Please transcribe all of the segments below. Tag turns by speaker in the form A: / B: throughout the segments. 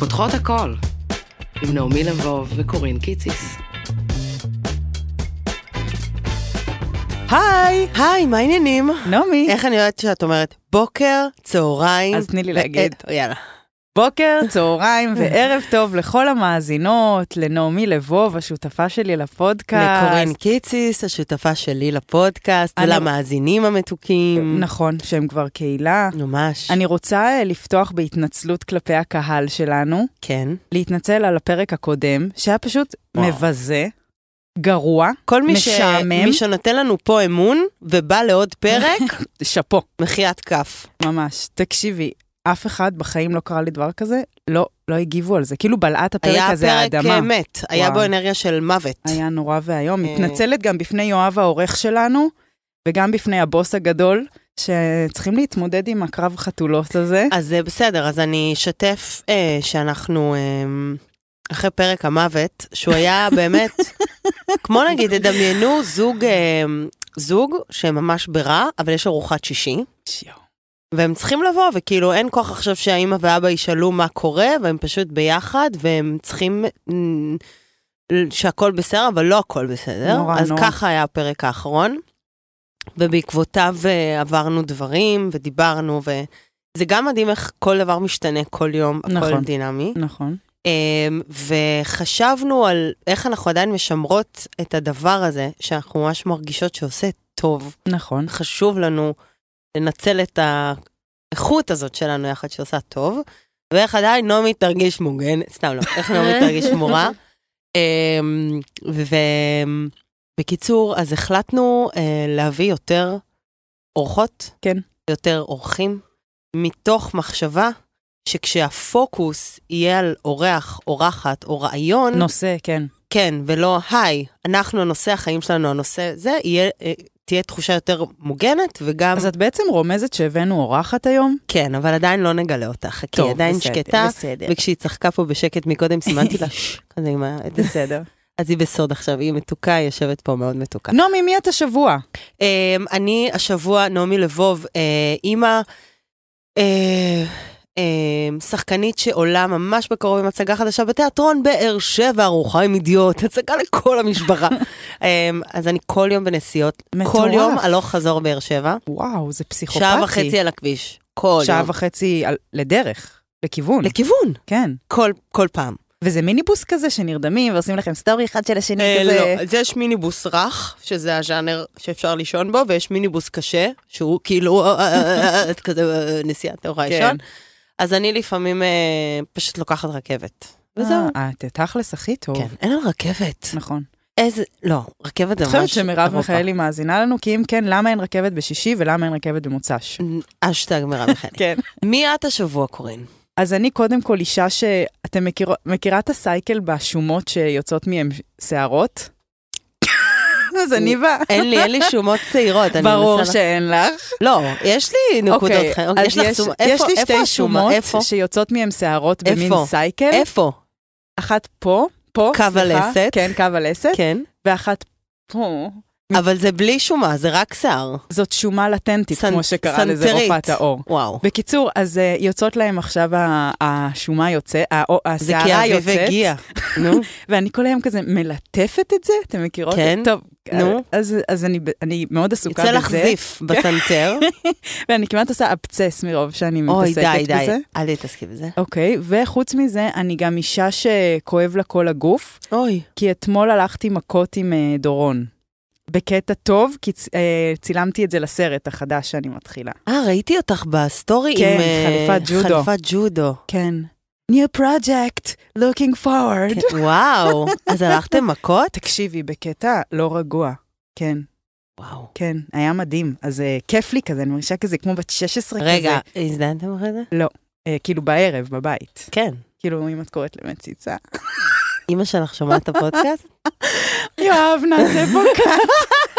A: פותחות הכל, עם נעמי לבוב וקורין קיציס.
B: היי,
C: היי, מה העניינים?
B: נעמי.
C: איך אני יודעת שאת אומרת בוקר, צהריים?
B: אז תני לי להגיד.
C: אה, יאללה.
B: בוקר, צהריים וערב טוב לכל המאזינות, לנעמי לבוב, השותפה שלי לפודקאסט.
C: לקורין קיציס, השותפה שלי לפודקאסט,
B: אני-
C: ולמאזינים המתוקים.
B: נכון, שהם כבר קהילה.
C: ממש.
B: נכון. אני רוצה אה, לפתוח בהתנצלות כלפי הקהל שלנו,
C: כן.
B: להתנצל על הפרק הקודם, שהיה פשוט
C: וואו.
B: מבזה, גרוע,
C: כל מי, ש...
B: משעמם.
C: מי שנותן לנו פה אמון ובא לעוד פרק,
B: שאפו,
C: מחיית כף.
B: ממש. תקשיבי, אף אחד בחיים לא קרא לי דבר כזה, לא, לא הגיבו על זה. כאילו בלעת הפרק
C: היה
B: הזה
C: פרק
B: האדמה.
C: אה, מת, היה
B: וואו.
C: בו אנרגיה של מוות.
B: היה נורא ואיום.
C: אה.
B: מתנצלת גם בפני יואב העורך שלנו, וגם בפני הבוס הגדול, שצריכים להתמודד עם הקרב חתולות הזה.
C: אז אה, בסדר, אז אני אשתף אה, שאנחנו אה, אחרי פרק המוות, שהוא היה באמת, כמו נגיד, תדמיינו זוג, אה, זוג שממש ברע, אבל יש ארוחת שישי,
B: שיו.
C: והם צריכים לבוא, וכאילו אין כוח עכשיו שהאימא ואבא ישאלו מה קורה, והם פשוט ביחד, והם צריכים... מ, שהכל בסדר, אבל לא הכל בסדר.
B: נורא,
C: אז
B: נורא.
C: ככה היה הפרק האחרון, ובעקבותיו אה, עברנו דברים, ודיברנו, וזה גם מדהים איך כל דבר משתנה כל יום, הכל
B: נכון.
C: דינמי.
B: נכון.
C: אמ, וחשבנו על איך אנחנו עדיין משמרות את הדבר הזה, שאנחנו ממש מרגישות שעושה טוב.
B: נכון.
C: חשוב לנו לנצל את האיכות הזאת שלנו יחד שעושה טוב, ואיך עדיין נעמי תרגיש מוגנת, סתם לא, איך נעמי תרגיש שמורה. אמ, ובקיצור, אז החלטנו אה, להביא יותר אורחות,
B: כן.
C: יותר אורחים, מתוך מחשבה שכשהפוקוס יהיה על אורח, אורחת או רעיון,
B: נושא, כן.
C: כן, ולא היי, אנחנו הנושא החיים שלנו, הנושא זה, יהיה, אה, תהיה תחושה יותר מוגנת, וגם,
B: אז את בעצם רומזת שהבאנו אורחת היום?
C: כן, אבל עדיין לא נגלה אותה, חכי, היא עדיין
B: בסדר,
C: שקטה,
B: בסדר.
C: וכשהיא צחקה פה בשקט מקודם, סימנתי לה, "ש", כזה עם ה...
B: בסדר.
C: אז היא בסוד עכשיו, היא מתוקה, היא יושבת פה מאוד מתוקה.
B: נעמי, מי את השבוע?
C: אמ, אני השבוע, נעמי לבוב, אה, אימא, אה, אמ, שחקנית שעולה ממש בקרוב עם הצגה חדשה בתיאטרון באר שבע, ארוחה עם אידיוט, הצגה לכל המשפחה. אמ, אז אני כל יום בנסיעות, כל
B: מטורף.
C: יום הלוך חזור באר שבע,
B: וואו, זה פסיכופתי.
C: שעה וחצי על הכביש, כל
B: שעה
C: יום.
B: וחצי על- לדרך, לכיוון.
C: לכיוון,
B: כן.
C: כל- כל פעם.
B: וזה מיניבוס כזה שנרדמים ועושים לכם סטורי אחד של השני
C: אה,
B: כזה.
C: לא, אז יש מיניבוס רך, שזה הז'אנר שאפשר לישון בו, ויש מיניבוס קשה, שהוא כאילו אה, אה, אה, אה, כזה אה, נסיעת אור
B: כן.
C: הישון. אז אני לפעמים אה, פשוט לוקחת רכבת. וזהו.
B: אה, את תכלס הכי טוב.
C: כן, אין על רכבת.
B: נכון.
C: איזה, לא, רכבת זה
B: את
C: ממש...
B: חושבת שמרב
C: אירופה.
B: מיכאלי מאזינה לנו? כי אם כן, למה אין רכבת בשישי ולמה אין רכבת במוצ"ש?
C: אשטג מרב מיכאלי.
B: כן.
C: מי את השבוע, קורין?
B: אז אני קודם כל אישה שאתם מכירו- מכירה את הסייקל בשומות שיוצאות מהן שערות? אז אני ב...
C: אין לי, אין לי שומות צעירות. אני
B: ברור
C: מנסה לה-
B: שאין לך.
C: לא, יש לי נקודות
B: אוקיי,
C: חיים.
B: אז
C: יש לך שומות.
B: יש
C: איפה
B: לי
C: איפה
B: שתי
C: השומה?
B: שומות כן.
C: איפה?
B: שיוצאות מהן שערות במין
C: איפה?
B: סייקל.
C: איפה?
B: אחת פה, פה,
C: קו
B: סליחה.
C: הלסת.
B: כן, קו הלסת.
C: כן.
B: ואחת פה.
C: אבל זה בלי שומה, זה רק שיער.
B: זאת שומה לטנטית,
C: סנ-
B: כמו שקרא לזה
C: סנטרית.
B: רופאת האור.
C: וואו.
B: בקיצור, אז אה, יוצאות להם עכשיו ה- השומה יוצאת,
C: זה כי
B: הסערה
C: האביב
B: יוצאת,
C: הגיע. נו,
B: ואני כל היום כזה מלטפת את זה, אתם מכירות?
C: כן,
B: טוב, אה,
C: נו.
B: אז, אז אני, ב- אני מאוד
C: יוצא
B: עסוקה בזה,
C: לך זיף בסנטר.
B: ואני כמעט עושה אבצס מרוב שאני
C: אוי,
B: מתעסקת
C: די, די,
B: בזה.
C: אל תתעסקי בזה.
B: אוקיי, וחוץ מזה, אני גם אישה שכואב לה כל הגוף,
C: אוי.
B: כי אתמול הלכתי מכות עם אה, דורון. בקטע טוב, כי צ- אה, צילמתי את זה לסרט החדש שאני מתחילה.
C: אה, ראיתי אותך בסטורי
B: כן,
C: עם... אה,
B: חליפת ג'ודו.
C: חליפת ג'ודו.
B: כן. New project, looking forward.
C: כן, וואו, אז הלכתם מכות?
B: תקשיבי, בקטע לא רגוע. כן,
C: וואו.
B: כן, היה מדהים. אז אה, כיף לי כזה, אני מרגישה כזה כמו בת 16 כזה.
C: רגע, הזדנתם אחרי זה?
B: אה, כאילו בערב, בבית.
C: כן.
B: כאילו, אם את קוראת למציצה.
C: אימא שלך שומעת את הפודקאסט?
B: יואב, נעשה פה קאט.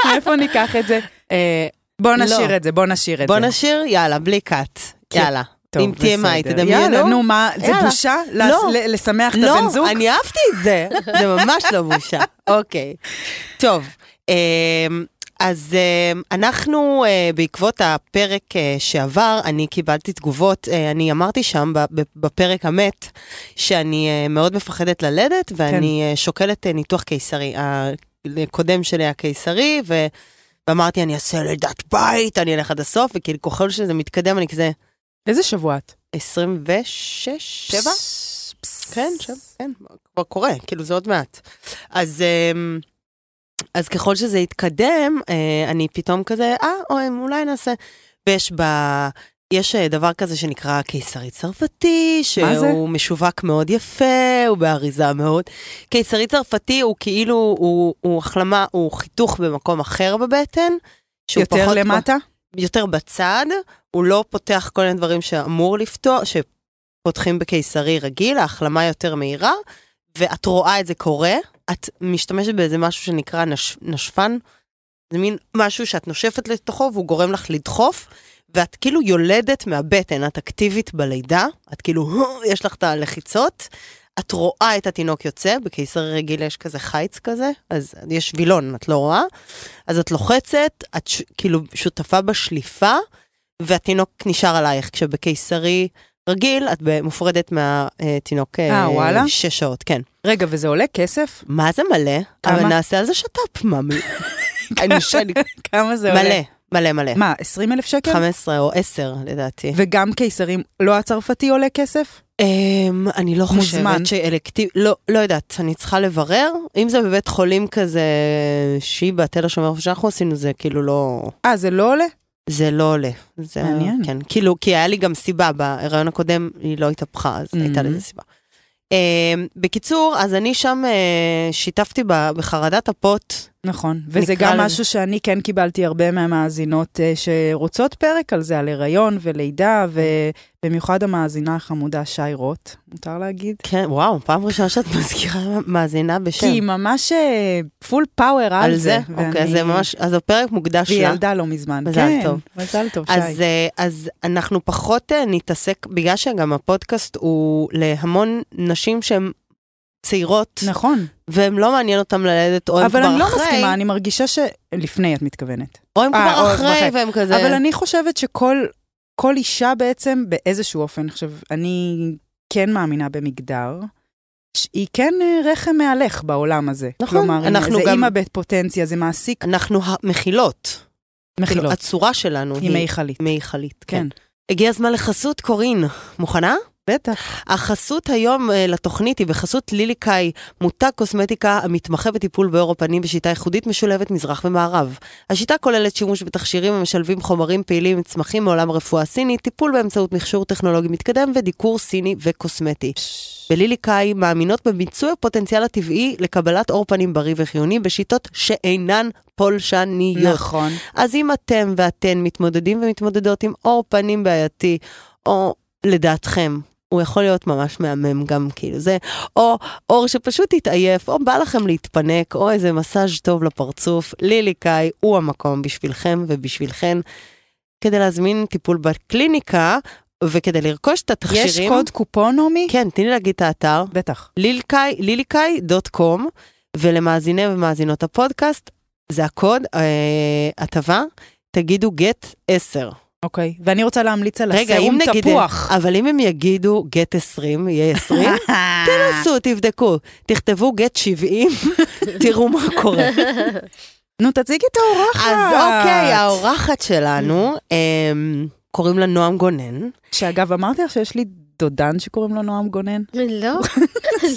B: מאיפה ניקח את זה? אה, בוא נשאיר את זה, בוא נשאיר את זה.
C: לא. בוא נשאיר, יאללה, בלי קאט.
B: כן.
C: יאללה.
B: טוב,
C: עם TMI,
B: בסדר.
C: תדמיינו.
B: יאללה, נו, מה, זה
C: יאללה.
B: בושה לס-
C: לא.
B: ל- לשמח את
C: לא,
B: הבן זוג?
C: אני אהבתי את זה, זה ממש לא בושה. אוקיי. טוב, אמ, אז אה, אנחנו, אה, בעקבות הפרק אה, שעבר, אני קיבלתי תגובות. אה, אני אמרתי שם, ב- ב- בפרק המת, שאני אה, מאוד מפחדת ללדת,
B: כן.
C: ואני אה, שוקלת אה, ניתוח קיסרי. הקודם שלי היה קיסרי, ו... ואמרתי, אני אעשה לידת בית, אני אלך עד הסוף, וכאילו ככל שזה מתקדם, אני כזה
B: איזה שבוע את?
C: 26, 7?
B: פס, פס.
C: כן, שם, כן, כבר קורה, כאילו זה עוד מעט. אז, אמ, אז ככל שזה יתקדם, אה, אני פתאום כזה, אה, או, אמ, אולי נעשה. ויש ב... יש אה, דבר כזה שנקרא קיסרי צרפתי,
B: מה זה?
C: שהוא משווק מאוד יפה, הוא באריזה מאוד. קיסרי צרפתי הוא כאילו, הוא, הוא החלמה, הוא חיתוך במקום אחר בבטן. שהוא
B: יותר
C: פחות-
B: למטה?
C: יותר בצד, הוא לא פותח כל מיני דברים שאמור לפתור, שפותחים בקיסרי רגיל, ההחלמה יותר מהירה, ואת רואה את זה קורה, את משתמשת באיזה משהו שנקרא נש, נשפן, זה מין משהו שאת נושפת לתוכו והוא גורם לך לדחוף, ואת כאילו יולדת מהבטן, את אקטיבית בלידה, את כאילו, יש לך את הלחיצות. את רואה את התינוק יוצא, בקיסרי רגיל יש כזה חיץ כזה, אז יש וילון, את לא רואה. אז את לוחצת, את ש... כאילו שותפה בשליפה, והתינוק נשאר עלייך. כשבקיסרי רגיל, את ב- מופרדת מהתינוק
B: אה, וואלה?
C: שש שעות, כן.
B: רגע, וזה עולה כסף?
C: מה זה מלא?
B: כמה?
C: אבל נעשה על זה שת"פ, מאמי. אני שאני...
B: כמה זה עולה?
C: מלא, מלא, מלא.
B: מה, כן? 20 אלף שקל?
C: 15 או 10 לדעתי.
B: וגם קיסרים, לא הצרפתי עולה כסף?
C: אמ, אני לא
B: מוזמן.
C: חושבת שאלקטיב... לא, לא יודעת, אני צריכה לברר. אם זה בבית חולים כזה שיבא, תל השומר, איפה שאנחנו עשינו זה כאילו לא...
B: אה, זה לא עולה?
C: זה לא עולה. זה,
B: מעניין.
C: כן, כאילו, כי היה לי גם סיבה, בהיריון הקודם היא לא התהפכה, אז mm-hmm. הייתה
B: Mhm.
C: לזה סיבה. Um, בקיצור, אז אני שם uh, שיתפתי ב- בחרדת הפוט.
B: נכון. וזה
C: נקרא
B: גם
C: לזה.
B: משהו שאני כן קיבלתי הרבה מהמאזינות אה, שרוצות פרק על זה, על הריון ולידה, ובמיוחד המאזינה החמודה שי רוט, מותר להגיד?
C: כן, וואו, פעם ראשונה שאת מזכירה מאזינה בשם.
B: כי היא ממש אה, פול פאוור על,
C: כן. על זה, אוקיי, אז
B: ואני-
C: זה ממש, אז הפרק מוקדש
B: והיא
C: לה.
B: ילדה לא מזמן.
C: מזל
B: כן,
C: טוב.
B: מזל טוב, שי.
C: אז, אה, אז אנחנו פחות אה, נתעסק, בגלל שגם הפודקאסט הוא להמון נשים שהן צעירות,
B: נכון.
C: והן לא מעניין אותן ללדת, או הן כבר
B: אבל
C: אחרי,
B: אני לא מסכימה, אני מרגישה ש... לפני, את מתכוונת.
C: או הן
B: אה,
C: כבר
B: או
C: אחרי,
B: אחרי.
C: והן כזה...
B: אבל אני חושבת שכל כל אישה בעצם, באיזשהו אופן, עכשיו, אני כן מאמינה במגדר, ש- היא כן אה, רחם מהלך בעולם הזה.
C: נכון,
B: כלומר, אה,
C: אנחנו
B: זה
C: גם-
B: אימא בפוטנציה, זה מעסיק
C: אנחנו ה- מכילות. כאילו,
B: מחילות.
C: הצורה שלנו
B: היא
C: היא
B: מיכלית,
C: מיכלית.
B: כן.
C: כן. הגיע הזמן לחסות קורין. מוכנה?
B: בטח.
C: החסות היום אה, לתוכנית היא בחסות ליליקאי, מותג קוסמטיקה המתמחה בטיפול בעור הפנים בשיטה ייחודית משולבת מזרח ומערב. השיטה כוללת שימוש בתכשירים המשלבים חומרים פעילים וצמחים מעולם הרפואה הסינית, טיפול באמצעות מכשור טכנולוגי מתקדם ודיקור סיני וקוסמטי. בליליקאי מאמינות במיצוי הפוטנציאל הטבעי לקבלת עור פנים בריא וחיוני בשיטות שאינן פולשניות.
B: נכון.
C: אז אם אתם ואתן מתמודדים ומתמודדות עם עור פנים בעייתי, או לדעתכם, הוא יכול להיות ממש מהמם גם כאילו זה, או עור שפשוט התעייף, או בא לכם להתפנק, או איזה מסאז' טוב לפרצוף, ליליקאי הוא המקום בשבילכם ובשבילכן. כדי להזמין טיפול בקליניקה וכדי לרכוש את התכשירים,
B: יש קוד קופון, נעמי?
C: כן, תני לי להגיד את האתר.
B: בטח.
C: ליליקאי- ליליקאי.com, ולמאזיני ומאזינות הפודקאסט, זה הקוד, אה, הטבה, תגידו גט 10.
B: אוקיי. ואני רוצה להמליץ על
C: רגע,
B: הסרום
C: אם נגיד,
B: תפוח.
C: אבל אם הם יגידו גט 20, יהיה 20, תנסו, תבדקו, תכתבו גט 70, תראו מה קורה.
B: נו, תציגי את האורחת.
C: אז אוקיי, האורחת שלנו, אמ, קוראים לה נועם גונן.
B: שאגב, אמרתי לך שיש לי דודן שקוראים לו נועם גונן.
D: לא.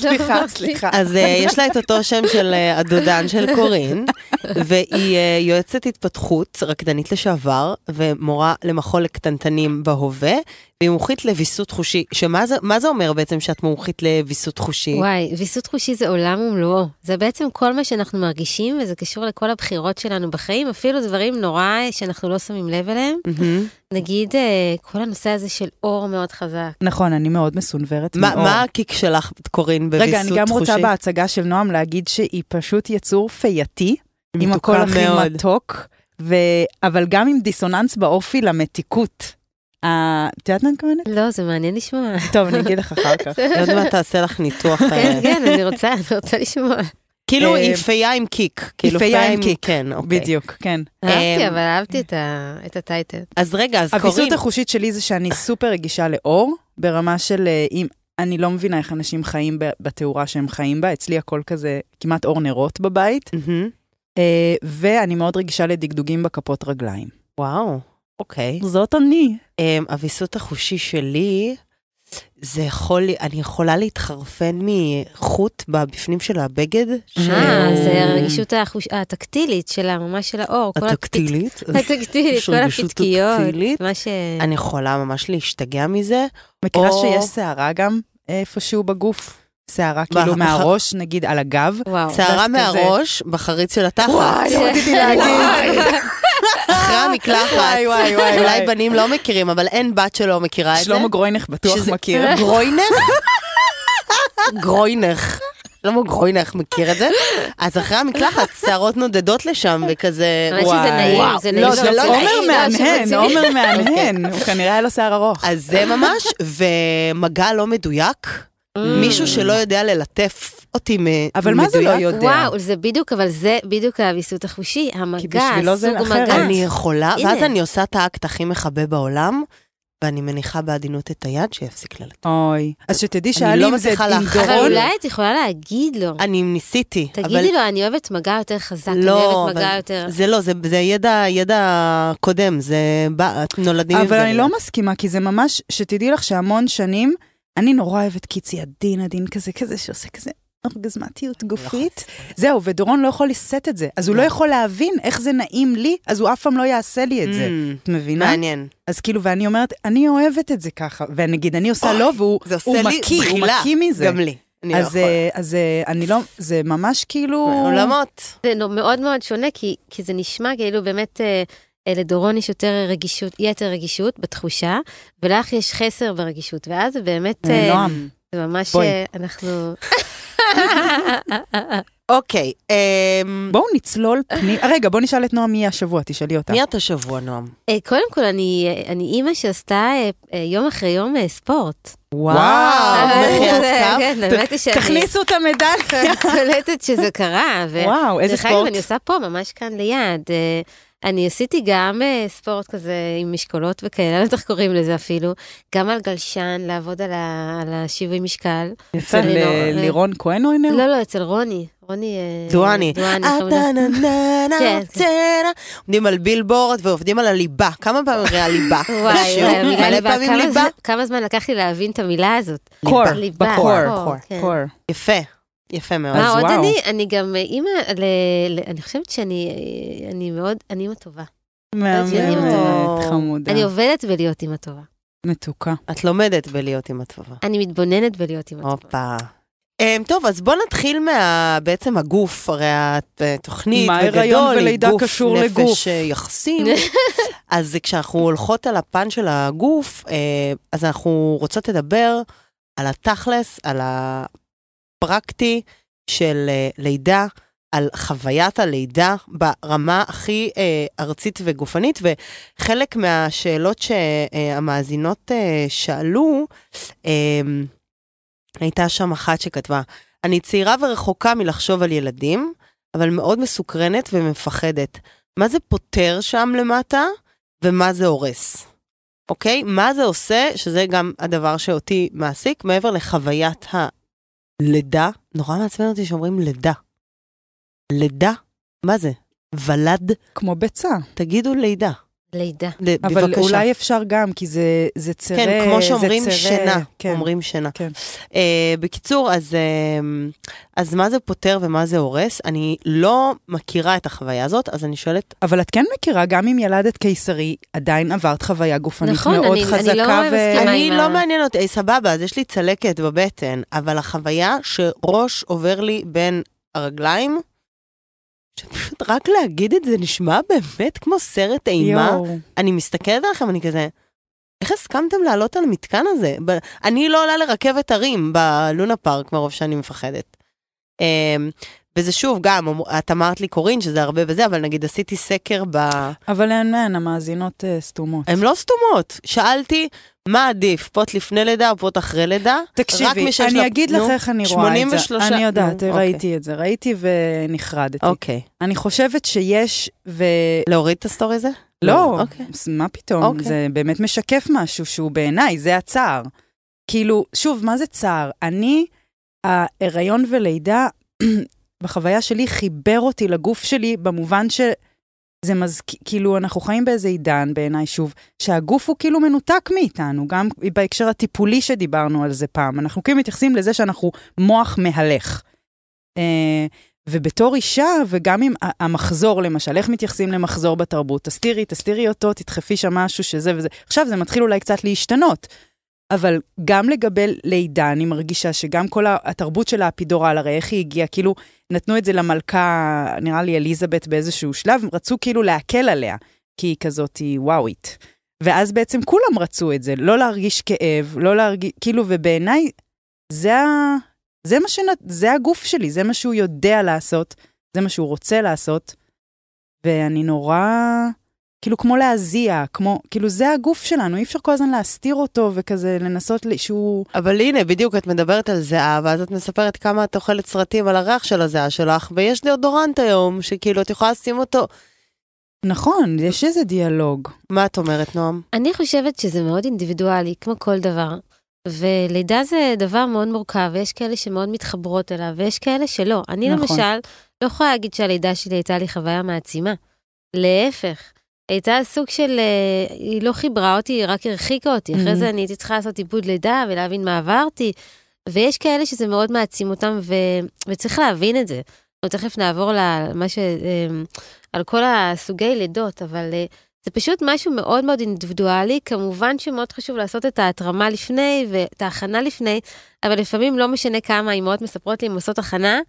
B: סליחה, לא, סליחה.
C: אז אה, יש לה את אותו שם של אה, הדודן של קורין, והיא אה, יועצת התפתחות, רקדנית לשעבר, ומורה למחול לקטנטנים בהווה, והיא מומחית לוויסות חושי, שמה זה, מה זה אומר בעצם שאת מומחית לוויסות חושי?
D: וואי, ויסות חושי זה עולם ומלואו. זה בעצם כל מה שאנחנו מרגישים, וזה קשור לכל הבחירות שלנו בחיים, אפילו דברים נורא שאנחנו לא שמים לב אליהם.
C: מהמם.
B: Mm-hmm.
D: נגיד, אה, כל הנושא הזה של אור מאוד חזק.
B: נכון, אני מאוד מסונוורת
C: מה-
B: מאור.
C: מה הקיק שלך, קורין, בוויסות
B: רגע,
C: חושי?
B: אני גם רוצה בהצגה של נועם להגיד שהיא פשוט יצור פייתי, עם
C: מתוקה
B: הקול הכי
C: מאוד.
B: מתוק, ו... אבל גם עם דיסוננס באופי למתיקות. אה, את יודעת מה אני מתכוונת?
D: לא, זה מעניין לשמוע.
B: טוב, אני אגיד לך אחר כך.
C: עוד מעט תעשה לך ניתוח. אה,
D: כן, כן, אני רוצה, אני רוצה לשמוע.
C: כאילו
B: כן. אה,
C: היא פייה עם קיק. כאילו
B: פייה עם קיק,
C: כן, אוקיי.
B: בדיוק, כן.
D: אהבתי,
C: אמ,
D: אבל אהבתי את ה- את הטייטל.
C: אז רגע, אז קורין.
B: הוויסות החושית שלי זה שאני סופר רגישה לאור, ברמה של אה, אם... אני לא מבינה איך אנשים חיים ב- בתאורה שהם חיים בה, אצלי הכל כזה כמעט אור נרות בבית,
C: מהמם.
B: אה, ואני מאוד רגישה לדגדוגים בכפות רגליים.
C: וואו, אוקיי.
B: זאת אני.
C: אמ, הוויסות החושי שלי, זה יכול, לי- אני יכולה להתחרפן מחוט בבפנים של הבגד. שהוא-
D: אה, זה הרגישות החוש- הטקטילית שלה, ממש של האור. כל הפתק-
C: הטקטילית. אז
D: הטקטילית,
C: יש
D: כל
C: רגישות
D: הפתקיות.
C: טקטילית.
D: מה ש...
C: אני יכולה ממש להשתגע מזה.
B: מכירה
C: או-
B: שיש שערה גם איפשהו בגוף? שערה
C: מה,
B: כאילו
C: בח-
B: מהראש, נגיד על הגב?
D: וואו.
C: שערה
B: דווקא
C: מהראש, בחריץ של התחת.
B: וואי, לא רציתי להגיד.
C: אחרי המקלחת.
B: וואי, וואי, וואי.
C: אולי
B: וואי.
C: בנים לא מכירים, אבל אין בת שלא מכירה את זה.
B: שלמה גרוינך בטוח
C: שזה- כן? אה.
B: מכיר.
C: גרוינך? גרוינך. שלמה גרוינך מכיר את זה? אז אחרי המקלחת, שערות נודדות לשם, וכזה,
D: האמת שזה
C: וואי.
D: נעים,
C: וואו.
D: זה
C: לא,
D: נעים.
C: זה לא
D: עומר
C: נעים. אוקיי.
B: עומר
D: לא,
B: מהנהן,
D: שמצילים.
B: עומר מהנהן. הוא כנראה היה לו שיער ארוך.
C: אז זה ממש, ומגע לא מדויק,
D: אה,
C: מישהו שלא יודע ללטף אותי מ- מדויק.
B: אבל מה זה לא יודע?
D: וואו, זה בדיוק, אבל זה בדיוק הוויסות החושי, המגע,
B: בשבילו זה
D: סוג
B: אחרת.
D: המגע.
C: אני יכולה,
D: הנה.
C: ואז אני עושה את האקט הכי מכבה בעולם, ואני מניחה בעדינות את היד שיפסיק ללטף.
B: אוי. אז שתדעי
C: אני לא
B: שאלי אם זה
C: מצליחה
B: עם
C: להכריע.
D: אבל
B: דורון,
D: אולי את יכולה להגיד לו.
C: אני ניסיתי, אבל...
D: תגידי לו, אני אוהבת מגע יותר חזק, אני
C: לא,
D: אוהבת מגע
C: אבל
D: יותר...
C: זה לא, זה, זה ידע, ידע קודם, זה בא, את נולדים עם זה.
B: אבל אני לא מסכימה, כי זה ממש, שתדעי לך שהמון שנים, אני נורא אוהבת קיצי עדין עדין כזה, כזה שעושה כזה ארגזמטיות
C: לא
B: גופית. זהו, ודורון לא יכול לשאת את זה. אז הוא לא יכול להבין איך זה נעים לי, אז הוא אף פעם לא יעשה לי את זה.
C: Mm,
B: את מבינה?
C: מעניין.
B: אז כאילו, ואני אומרת, אני אוהבת את זה ככה. ונגיד, אני עושה לו, והוא
C: זה עושה
B: הוא
C: לי
B: מקיא, הוא
C: בחילה.
B: מקיא מזה.
C: גם לי. אני לא
B: אז,
C: יכולה.
B: אה, אז אה, אני לא, זה ממש כאילו...
C: עולמות.
D: זה נו- מאוד מאוד שונה, כי, כי זה נשמע כאילו באמת אה, אה, לדורון יש יותר רגישות, יתר רגישות בתחושה, ולך יש חסר ברגישות, ואז זה באמת,
B: אה,
D: אה,
B: נועם,
D: זה ממש,
B: בואי.
D: אה, אנחנו...
C: אוקיי, אמ,
B: בואו נצלול פנים... רגע, בואו נשאל את נועם מי השבוע, תשאלי אותה.
C: מי את השבוע, נועם?
D: אה, קודם כל, אני, אה, אני אימא שעשתה אה, אה, יום אחרי יום אה, ספורט.
B: וואו,
D: אה,
C: מחיית
D: זה-
C: כף?
D: כן, האמת היא שאני
B: תכניסו את המדליה.
D: קולטת שזה קרה. ו-
B: וואו, איזה
D: דרך אגב,
B: ספורט.
D: אני עושה פה, ממש כאן ליד. אה, אני עשיתי גם אה, ספורט כזה עם משקולות וכאלה, אני לא יודעת איך קוראים לזה אפילו. גם על גלשן, לעבוד על, ה, על השיווי משקל.
B: אצל
D: אני לא-
B: אה, לירון כהן או אינו?
D: לא, לא, אצל רוני. רוני... אה,
C: דואני.
D: דואני,
C: אה,
D: חמודה.
C: טה, נה, נה, נה,
D: כן, כן.
C: טה, נה. עומדים על בילבורד ועובדים על הליבה. כמה פעמים ראה ליבה?
D: וואי,
C: בשיעור?
D: וואי, המילה
C: מלא
D: ליבה,
C: פעמים
D: כמה
C: ליבה?
D: זמן- כמה זמן לקח לי להבין את המילה הזאת.
B: קור,
D: ליבה,
B: בקור.
D: קור,
B: קור,
D: כן.
B: קור.
C: יפה, יפה מאוד.
D: מה עוד
B: וואו.
D: אני? אני גם אה, אימא, ל, ל, אני חושבת שאני אה, אני מאוד, אני אימא טובה. יודעים
B: מהממת,
C: אותו.
B: חמודה.
D: אני עובדת בלהיות אימא טובה.
B: מתוקה.
C: את לומדת בלהיות עם הטובה.
D: אני מתבוננת בלהיות אימא טובה.
C: הופה. Um, טוב, אז בוא נתחיל מה... בעצם הגוף, הרי התוכנית,
B: מה
C: בגדול,
B: הריון
C: היא
B: ולידה
C: גוף,
B: קשור
C: נפש,
B: לגוף?
C: אה, יחסים. אז כשאנחנו הולכות על הפן של הגוף, uh, אז אנחנו רוצות לדבר על התכלס, על הפרקטי של uh, לידה, על חוויית הלידה ברמה הכי uh, ארצית וגופנית, וחלק מהשאלות שהמאזינות uh, שאלו, um, הייתה שם אחת שכתבה, אני צעירה ורחוקה מלחשוב על ילדים, אבל מאוד מסוקרנת ומפחדת. מה זה פותר שם למטה, ומה זה הורס? אוקיי? מה זה עושה, שזה גם הדבר שאותי מעסיק, מעבר לחוויית הלידה. נורא מעצבן אותי שאומרים לידה. לידה? מה זה? ולד?
B: כמו ביצה.
C: תגידו לידה.
D: לידה.
C: ל-
B: אבל
C: בבקשה.
B: אולי אפשר גם, כי זה זה צרה,
C: כן, כמו שאומרים
B: זה צרה,
C: שינה.
B: כן.
C: אומרים שינה.
B: כן.
C: אה, בקיצור, אז, אה, אז מה זה פותר ומה זה הורס? אני לא מכירה את החוויה הזאת, אז אני שואלת,
B: אבל את כן מכירה, גם אם ילדת קיסרי, עדיין עברת חוויה גופנית
D: נכון,
B: מאוד
D: אני- אני
B: חזקה.
D: לא
B: ו-
D: מסכימה. מה
C: אני
D: עם
C: לא
D: ה-
C: מעניין אותי, אה, סבבה, אז יש לי צלקת בבטן, אבל החוויה שראש עובר לי בין הרגליים, שפשוט רק להגיד את זה נשמע באמת כמו סרט אימה.
B: יואו.
C: אני מסתכלת עליכם, אני כזה, איך הסכמתם לעלות על המתקן הזה? ב- אני לא עולה לרכבת הרים בלונה פארק מרוב שאני מפחדת. אמ, וזה שוב, גם, אמ- את אמרת לי קורין, שזה הרבה וזה, אבל נגיד עשיתי סקר ב...
B: אבל אין, אין, המאזינות אה, סתומות.
C: הן לא סתומות. שאלתי, מה עדיף, פוט לפני לידה או פוט אחרי לידה? רק
B: תקשיבי,
C: מי שיש לה-
B: אני אגיד לך
C: נו,
B: איך אני רואה את זה.
C: 83
B: אני יודעת,
C: נו,
B: ראיתי את זה. ראיתי ונחרדתי.
C: אוקיי.
B: אני חושבת שיש, ו...
C: להוריד את הסטורי הזה?
B: לא,
C: אוקיי.
B: אז מה פתאום?
C: אוקיי.
B: זה באמת משקף משהו שהוא בעיניי, זה הצער. כאילו, שוב, מה זה צער? אני, ההיריון ולידה, בחוויה שלי, חיבר אותי לגוף שלי במובן ש... זה מזכיר, כאילו, אנחנו חיים באיזה עידן בעיניי, שוב, שהגוף הוא כאילו מנותק מאיתנו, גם בהקשר הטיפולי שדיברנו על זה פעם. אנחנו כאילו מתייחסים לזה שאנחנו מוח מהלך. אה, ובתור אישה, וגם עם ה- המחזור למשל, איך מתייחסים למחזור בתרבות? תסתירי, תסתירי אותו, תדחפי שם משהו שזה וזה. עכשיו זה מתחיל אולי קצת להשתנות. אבל גם לגבי לידה, אני מרגישה שגם כל ה- התרבות של האפידורל, הרי איך היא הגיעה, כאילו, נתנו את זה למלכה, נראה לי אליזבת באיזשהו שלב, רצו כאילו להקל עליה, כי היא כזאת היא וואוית. ואז בעצם כולם רצו את זה, לא להרגיש כאב, לא להרגיש, כאילו, ובעיניי, זה, ה- זה מה שנת, זה הגוף שלי, זה מה שהוא יודע לעשות, זה מה שהוא רוצה לעשות, ואני נורא, כאילו, כמו להזיע, כמו, כאילו, זה הגוף שלנו, אי אפשר כל הזמן להסתיר אותו וכזה לנסות ל- שהוא...
C: אבל הנה, בדיוק את מדברת על זיעה, ואז את מספרת כמה את אוכלת סרטים על הריח של הזיעה שלך, ויש דאודורנט היום, שכאילו את יכולה לשים אותו.
B: נכון, יש איזה דיאלוג.
C: מה את אומרת, נועם?
D: אני חושבת שזה מאוד אינדיבידואלי, כמו כל דבר. ולידה זה דבר מאוד מורכב, ויש כאלה שמאוד מתחברות אליו, ויש כאלה שלא. אני
B: נכון.
D: נכון. למשל, לא יכולה להגיד שהלידה שלי הייתה לי חוויה מעצימה. להפך, הייתה סוג של, אה, היא לא חיברה אותי, היא רק הרחיקה אותי.
B: Mhm.
D: אחרי זה אני הייתי צריכה לעשות עיבוד לידה ולהבין מה עברתי. ויש כאלה שזה מאוד מעצים אותם, ו... וצריך להבין את זה. אנחנו תכף נעבור למה ש... אה, על כל הסוגי לידות, אבל אה, זה פשוט משהו מאוד מאוד אינדיבידואלי. כמובן שמאוד חשוב לעשות את ההתרמה לפני ואת ההכנה לפני, אבל לפעמים לא משנה כמה האימהות מספרות לי, הן עושות הכנה,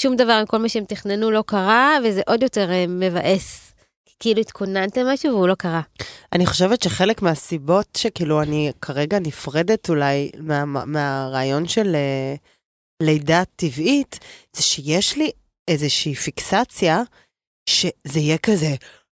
D: שום דבר מכל מה שהם תכננו לא קרה, וזה עוד יותר אה, מבאס. כי כאילו התכוננתם משהו והוא לא קרה.
C: אני חושבת שחלק מהסיבות שכאילו אני כרגע נפרדת אולי מה, מה- מהרעיון של אה, לידה טבעית, זה שיש לי איזושהי פיקסציה שזה יהיה כזה,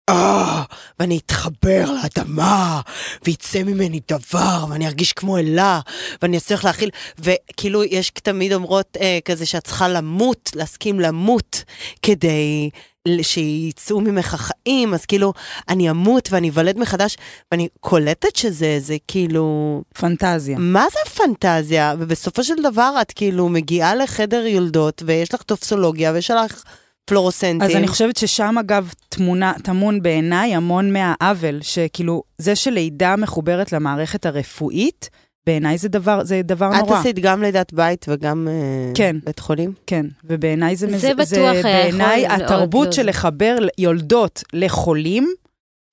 C: אה, ואני אתחבר לאדמה, ויצא ממני דבר, ואני ארגיש כמו אלה, ואני אצליח להכיל, וכאילו יש תמיד אומרות אה, כזה שאת צריכה למות, להסכים למות, כדי ל- שיצאו ממך החיים, אז כאילו, אני אמות ואני אוולד מחדש, ואני קולטת שזה, זה כאילו,
B: פנטזיה.
C: מה זה פנטזיה? ובסופו של דבר את כאילו מגיעה לחדר יולדות, ויש לך טופסולוגיה, ויש לך פלורוסנטים.
B: אז אני חושבת ששם אגב תמונה, טמון בעיניי המון מהעוול, שכאילו, זה שלידה מחוברת למערכת הרפואית, בעיניי זה דבר, זה דבר
C: את
B: נורא.
C: עשית גם לידת בית וגם אה,
B: כן.
C: בית חולים?
B: כן, ובעיניי זה...
D: זה
B: מז-
D: בטוח היה יכול
B: בעיניי
D: מאוד
B: התרבות
D: להיות.
B: של לחבר יולדות לחולים,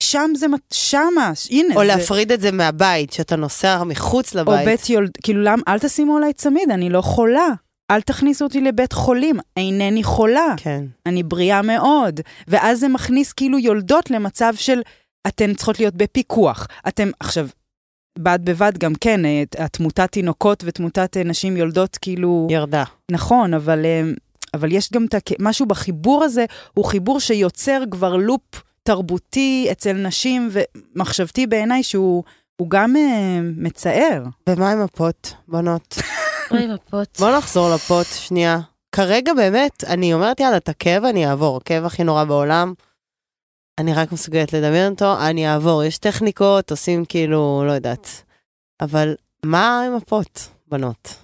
B: שם זה... מת- שמה, ש- הנה.
C: או
B: כן, זה-
C: להפריד את זה מהבית, שאתה נוסע מחוץ
B: או
C: לבית.
B: בית יולד... כאילו, למה? אל תשימו עליי צמיד, אני לא חולה. אל תכניסו אותי לבית חולים, אינני חולה.
C: כן.
B: אני בריאה מאוד. ואז זה מכניס כאילו יולדות למצב של אתן צריכות להיות בפיקוח. אתם, עכשיו, בד בבד גם כן, אה, ת- התמותת תינוקות ותמותת אה, נשים יולדות כאילו...
C: ירדה.
B: נכון, אבל, אה, אבל יש גם את הכ- משהו בחיבור הזה, הוא חיבור שיוצר כבר לופ תרבותי אצל נשים ומחשבתי בעיניי שהוא הוא גם אה, מצער.
C: ומה עם הפוט, בנות?
D: מה עם הפוט?
C: בוא נחזור לפוט, שנייה. כרגע באמת, אני אומרת, יאללה, את הכאב אני אעבור, הכאב הכי נורא בעולם. אני רק מסוגלת לדמיין אותו, אני אעבור. יש טכניקות, עושים כאילו, לא יודעת. אבל מה עם הפוט, בנות?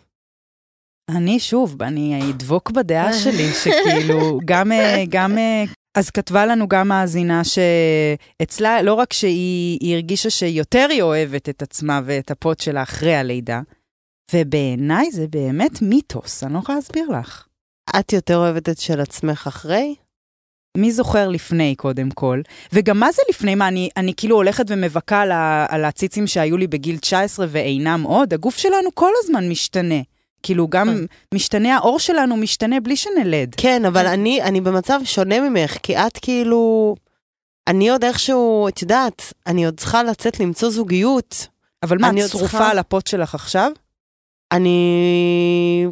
B: אני שוב, אני אדבוק בדעה שלי, שכאילו, גם, אה, גם, אה, אז כתבה לנו גם מאזינה שאצלה, לא רק שהיא היא הרגישה שיותר היא אוהבת את עצמה ואת הפוט שלה אחרי הלידה, ובעיניי זה באמת מיתוס, אני לא יכולה להסביר לך.
C: את יותר אוהבת את של עצמך אחרי?
B: מי זוכר לפני, קודם כל? וגם מה זה לפני? מה, אני, אני כאילו הולכת ומבכה על, ה, על הציצים שהיו לי בגיל 19 ואינם עוד? הגוף שלנו כל הזמן משתנה. כאילו, גם
D: נכון.
B: משתנה, העור שלנו משתנה בלי שנלד.
C: כן, אבל אני, אני במצב שונה ממך, כי את כאילו... אני עוד איכשהו, את יודעת, אני עוד צריכה לצאת למצוא זוגיות.
B: אבל מה,
C: אני
B: את
C: עוד
B: שרופה
C: צריכה-
B: על הפוט שלך עכשיו?
C: אני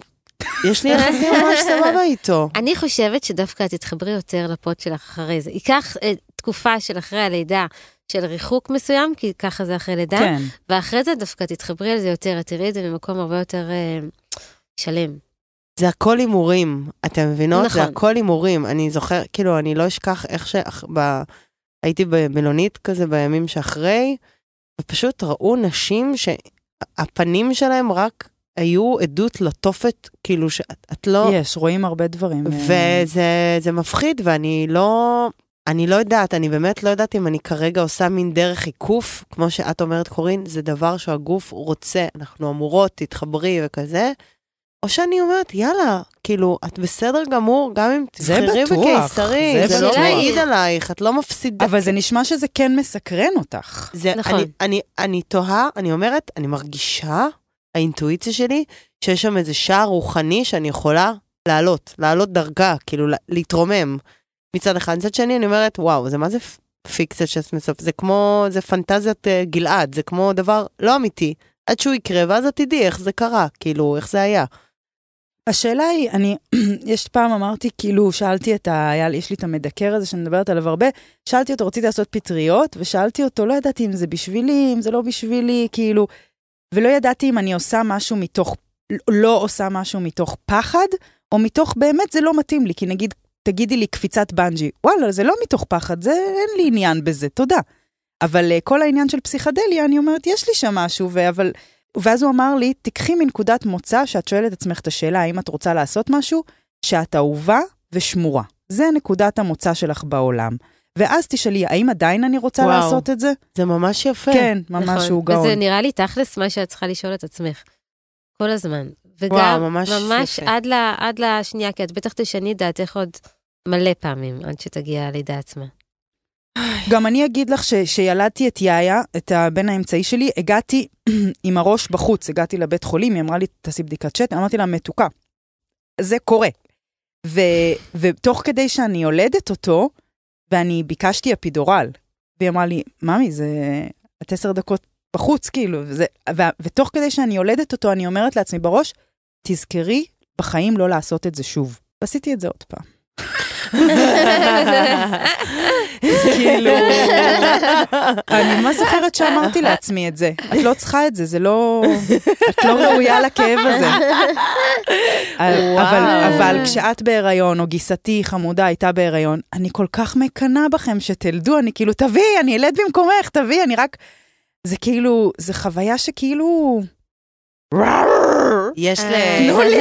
C: יש לי יחסים ממש סבבה איתו.
D: אני חושבת שדווקא את תתחברי יותר לפוד שלך אחרי זה. ייקח אה, תקופה של אחרי הלידה של ריחוק מסוים, כי ככה זה אחרי לידה,
B: כן.
D: ואחרי זה דווקא תתחברי על זה יותר, את תראי את זה ממקום הרבה יותר אה, שלם.
C: זה הכל הימורים, אתם מבינות? זה
D: נכון.
C: הכל הימורים. אני זוכר, כאילו, אני לא אשכח איך ש... ב... הייתי במלונית כזה בימים שאחרי, ופשוט ראו נשים שהפנים שלהם רק היו עדות לתופת, כאילו שאת את לא...
B: יש, רואים הרבה דברים. אה,
C: וזה זה מפחיד, ואני לא... אני לא יודעת, אני באמת לא יודעת אם אני כרגע עושה מין דרך עיקוף, כמו שאת אומרת, קורין, זה דבר שהגוף רוצה, אנחנו אמורות, תתחברי וכזה, או שאני אומרת, יאללה, כאילו, את בסדר גמור, גם אם
B: זה
C: תבחרי
B: בטוח,
C: בקיסרי,
B: זה
C: זה לא
D: בטוח.
C: מעיד עלייך, את לא מפסידה.
B: אבל זה נשמע שזה כן מסקרן אותך.
C: זה,
D: נכון.
C: אני, אני, אני תוהה, אני אומרת, אני מרגישה, האינטואיציה שלי, שיש שם איזה שער רוחני שאני יכולה לעלות, לעלות דרגה, כאילו לה- להתרומם. מצד אחד. מצד שני, אני אומרת, וואו, זה מה זה פ- פיקציה שאת מספ... זה כמו, זה פנטזיית אה, גלעד, זה כמו דבר לא אמיתי. עד שהוא יקרה, ואז את תדעי איך זה קרה, כאילו, איך זה היה.
B: השאלה היא, אני, יש פעם אמרתי, כאילו, שאלתי את ה... היה לי, יש לי את המדקר הזה שאני מדברת עליו הרבה, שאלתי אותו, רציתי לעשות פטריות, ושאלתי אותו, לא ידעתי אם זה בשבילי, אם זה לא בשבילי, כאילו, ולא ידעתי אם אני עושה משהו מתוך, לא עושה משהו מתוך פחד, או מתוך באמת זה לא מתאים לי, כי נגיד, תגידי לי קפיצת בנג'י, וואלה, זה לא מתוך פחד, זה, אין לי עניין בזה, תודה. אבל אה, כל העניין של פסיכדליה, אני אומרת, יש לי שם משהו, ו- אבל ואז הוא אמר לי, תיקחי מנקודת מוצא שאת שואלת את עצמך את השאלה האם את רוצה לעשות משהו, שאת אהובה ושמורה. זה נקודת המוצא שלך בעולם. ואז תשאלי, האם עדיין אני רוצה
C: וואו.
B: לעשות את זה?
C: זה ממש יפה.
B: כן, ממש הוא גאון.
D: נכון? וזה נראה לי תכלס מה שאת צריכה לשאול את עצמך. כל הזמן. וגם
C: וואו, ממש
D: ממש, ממש
C: יפה.
D: עד, ל, עד לשנייה, כי את בטח תשני את דעתך עוד מלא פעמים עד שתגיע לידה עצמה.
B: גם אני אגיד לך ש- שילדתי את יאיה, את הבן האמצעי שלי, הגעתי עם הראש בחוץ, הגעתי לבית חולים, היא אמרה לי, תעשי בדיקת שתן, אמרתי לה, מתוקה. זה קורה. ו- ותוך כדי שאני יולדת אותו, ואני ביקשתי אפידורל, והיא אמרה לי, ממי, זה... את עשר דקות בחוץ, כאילו, וזה, ו- ותוך כדי שאני יולדת אותו, אני אומרת לעצמי בראש, תזכרי בחיים לא לעשות את זה שוב. עשיתי את זה עוד פעם. אני מה זוכרת שאמרתי לעצמי את זה? את לא צריכה את זה, זה לא... את לא ראויה לכאב הזה. אבל, אבל כשאת בהיריון, או גיסתי חמודה הייתה בהיריון, אני כל כך מקנאה בכם שתלדו, אני כאילו, תביאי, אני אלד במקומך, תביאי, אני רק... זה כאילו, זה חוויה שכאילו...
C: יש ל...
D: אה. תנו לי!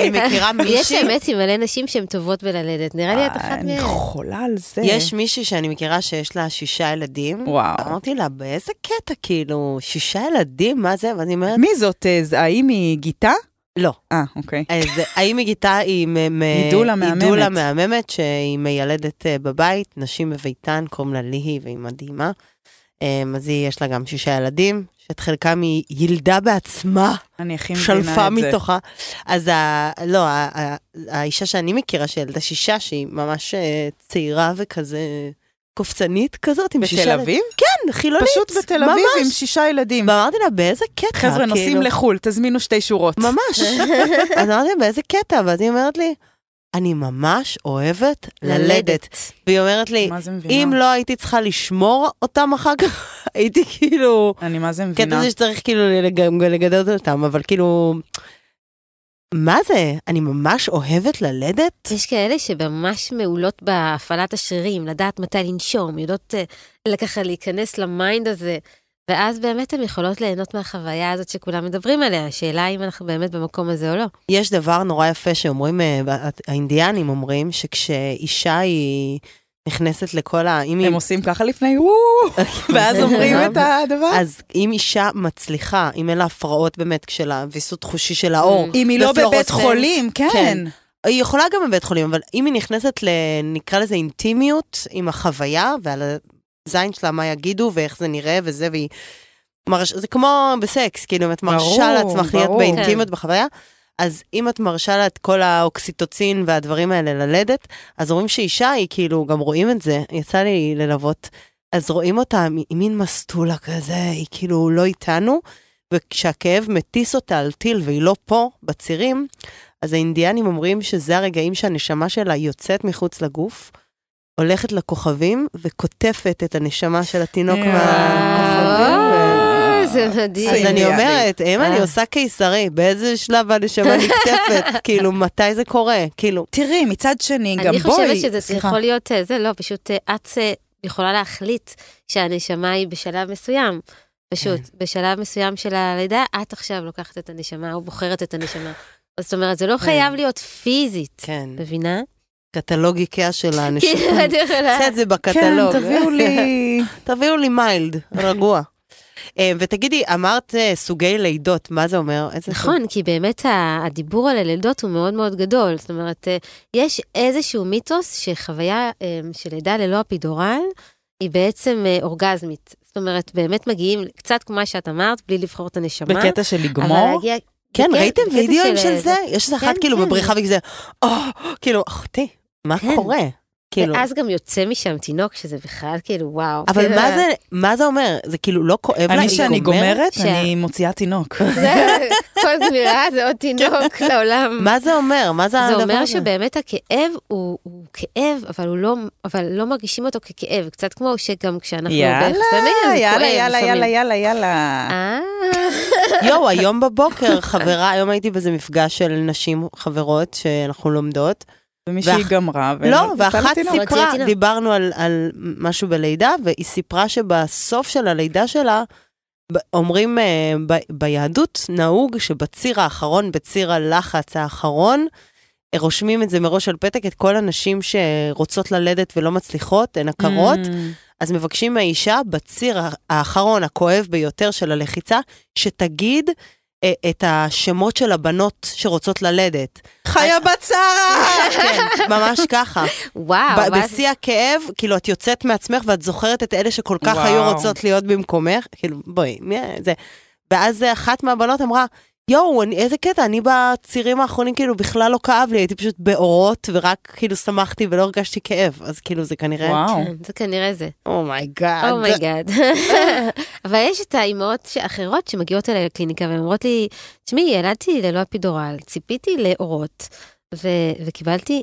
C: אני מכירה
D: יש
C: מישהי...
D: האמת עם מלא נשים שהן טובות בללדת, נראה
C: אה,
D: לי את אחת
C: נכון.
B: אני
D: מהן.
B: חולה על זה.
C: יש מישהי שאני מכירה שיש לה שישה ילדים.
B: וואו.
C: אמרתי לה, באיזה קטע, כאילו, שישה ילדים, מה זה? ואני אומרת,
B: מי זאת? אה, זה- האם היא גיטה?
C: לא.
B: אה, אוקיי.
C: אז האם היא גיטה היא מ- מ-
B: עידולה מהממת.
C: עידולה מהממת, שהיא מיילדת אה, בבית, נשים בביתן, קוראים לה ליהי, והיא מדהימה. אמ, אז היא, יש לה גם שישה ילדים, שאת חלקם היא ילדה בעצמה.
B: אני הכי כן, מבינה את זה.
C: שלפה מתוכה. אז ה... לא, ה... ה... האישה שאני מכירה, שילדה שישה, שהיא ממש אה, צעירה וכזה קופצנית כזאת, עם שישה...
B: בתל אביב?
C: כן, חילונית.
B: פשוט בתל אביב עם
C: ממש.
B: שישה ילדים.
C: ואמרתי לה, באיזה קטע?
B: חבר'ה, נוסעים
C: כאילו,
B: לחו"ל, תזמינו שתי שורות.
C: ממש. אז אמרתי לה, באיזה קטע? ואז היא אומרת לי, אני ממש אוהבת ללדת. והיא אומרת לי,
B: מה זה מבינה?
C: אם לא הייתי צריכה לשמור אותם אחר כך, הייתי כאילו...
B: אני מה זה
C: קטע
B: מבינה.
C: זה שצריך כאילו לג- לגדל אותם, אבל כאילו... מה זה? אני ממש אוהבת ללדת?
D: יש כאלה שממש מעולות בהפעלת השרירים, לדעת מתי לנשום, יודעות אה, ככה להיכנס למיינד הזה, ואז באמת הן יכולות ליהנות מהחוויה הזאת שכולם מדברים עליה. השאלה אם אנחנו באמת במקום הזה או לא.
C: יש דבר נורא יפה שאומרים, אה, בא- האינדיאנים אומרים, שכשאישה היא נכנסת לכל ה... אם היא...
B: הם עושים ככה לפני, וואו,
C: אה,
B: ואז אומרים את הדבר.
C: אז אם אישה מצליחה, אם אין לה הפרעות באמת של הוויסות חושי של האור,
B: אם היא לא בבית
C: בפלורסנט,
B: חולים, כן.
C: כן. היא יכולה גם בבית חולים, אבל אם היא נכנסת ל... נקרא לזה אינטימיות עם החוויה, ועל הזין שלה מה יגידו, ואיך זה נראה וזה, והיא... מרש... זה כמו בסקס, כאילו, אם את מרשה
B: ברור,
C: לעצמך להיות
B: ברור. כן.
C: באינטימיות בחוויה, אז אם את מרשה לה את כל האוקסיטוצין והדברים האלה ללדת, אז רואים שאישה היא כאילו, גם רואים את זה, יצא לי ללוות, אז רואים אותה, מ- היא מין מסטולה כזה, היא כאילו לא איתנו, וכשהכאב מטיס אותה על טיל והיא לא פה, בצירים, אז האינדיאנים אומרים שזה הרגעים שהנשמה שלה יוצאת מחוץ לגוף, הולכת לכוכבים וכותפת את הנשמה של התינוק
B: יואו.
C: מהכוכבים. ו-
D: אה, זה מדהים.
C: אה, אז אני
B: אינדיאני.
C: אומרת, אם
B: אה.
C: אני עושה קיסרי, באיזה שלב הנשמה נקטפת? כאילו, מתי זה קורה? כאילו,
B: תראי, מצד שני, גם
D: אני
B: בואי...
D: חושבת שזה
B: סליחה.
D: יכול להיות, אה, זה לא, פשוט אה, את אה, יכולה להחליט שהנשמה היא בשלב מסוים. פשוט,
B: כן.
D: בשלב מסוים של הלידה, את עכשיו לוקחת את הנשמה או בוחרת את הנשמה. אז זאת אומרת, זה
B: כן.
D: לא חייב להיות פיזית,
C: כן,
D: מבינה?
C: קטלוג איקאה של
D: כאילו,
C: הנשמה.
D: את יכולה...
C: עושה את זה
B: כן,
C: בקטלוג.
B: תביאו לי...
C: תביאו לי מיילד, רגוע. אה, ותגידי, אמרת אה, סוגי לידות, מה זה אומר? איזה סוג?
D: נכון, כי באמת ה- הדיבור על הלידות הוא מאוד מאוד גדול. זאת אומרת, אה, יש איזשהו מיתוס שחוויה אה, של לידה ללא אפידורל היא בעצם אה, אורגזמית. זאת אומרת, באמת מגיעים קצת כמו מה שאת אמרת, בלי לבחור את הנשמה.
B: בקטע של
D: אבל
B: לגמור?
D: להגיע...
C: כן,
D: בקטע-
C: ראיתם
D: בקטע
C: וידאוים
D: של,
C: של
D: אה,
C: זה? יש איזה אחת
D: כן,
C: כאילו
D: כן.
C: בבריחה וכזה, או, כאילו, אחותי, מה
D: כן.
C: קורה? כאילו,
D: ואז גם יוצא משם תינוק, שזה בכלל כאילו, וואו.
C: אבל
D: כאילו,
C: מה זה, מה זה אומר? זה כאילו לא כואב לה,
B: אני
C: היא
B: שאני גומרת,
D: ש-
B: אני מוציאה תינוק.
D: כן, זה- כל גמירה זה עוד תינוק לעולם.
C: מה זה אומר? כן. מה זה
D: זה
C: הדבר
D: אומר
C: הזה?
D: שבאמת הכאב הוא, הוא כאב, אבל, הוא לא, אבל לא מרגישים אותו ככאב, קצת כמו שגם כשאנחנו
B: יאללה,
D: בהחסמים, אז הוא כואב
B: אה, יאללה, יאללה,
D: לפעמים.
B: יאללה, יאללה, יאללה.
D: אה,
C: יואו, היום בבוקר, חברה, היום הייתי באיזה מפגש של נשים חברות שאנחנו לומדות.
B: ומישהי
C: ואח-
B: גמרה, ו-
C: לא,
B: ורצה
C: ואחת
B: לתינוק.
D: סיפ-
C: סיפרה,
D: רציתי לה-
C: דיברנו על, על משהו בלידה, והיא סיפרה שבסוף של הלידה שלה, ב- אומרים אה, ב, ביהדות, נהוג שבציר האחרון, בציר הלחץ האחרון, אה, רושמים את זה מראש על פתק, את כל הנשים שרוצות ללדת ולא מצליחות, הן עקרות, mm.
B: Mm.
C: אז מבקשים מהאישה, בציר ה- האחרון, הכואב ביותר של הלחיצה, שתגיד אה, את השמות של הבנות שרוצות ללדת.
B: חיה בצרה!
C: כן, ממש ככה.
D: וואו,
C: ב-
D: מה זה-
C: בשיא הכאב, כאילו, את יוצאת מעצמך ואת זוכרת את אלה שכל כך
B: וואו.
C: היו רוצות להיות במקומך, כאילו, בואי, מי זה? ואז אה, אחת מהבנות אמרה, יואו, אני- איזה קטע, אני בצירים האחרונים כאילו בכלל לא כאב לי, הייתי פשוט באורות ורק כאילו שמחתי ולא הרגשתי כאב, אז כאילו זה כנראה, Oh
B: וואו.
D: כן, זה כנראה זה.
C: אומייגאד.
B: Oh
D: אומייגאד. אבל יש את האימהות האחרות שמגיעות אליי לקליניקה והן אומרות לי, תשמעי, ילדתי ללא אפידורל, ציפיתי לאורות, ו- וקיבלתי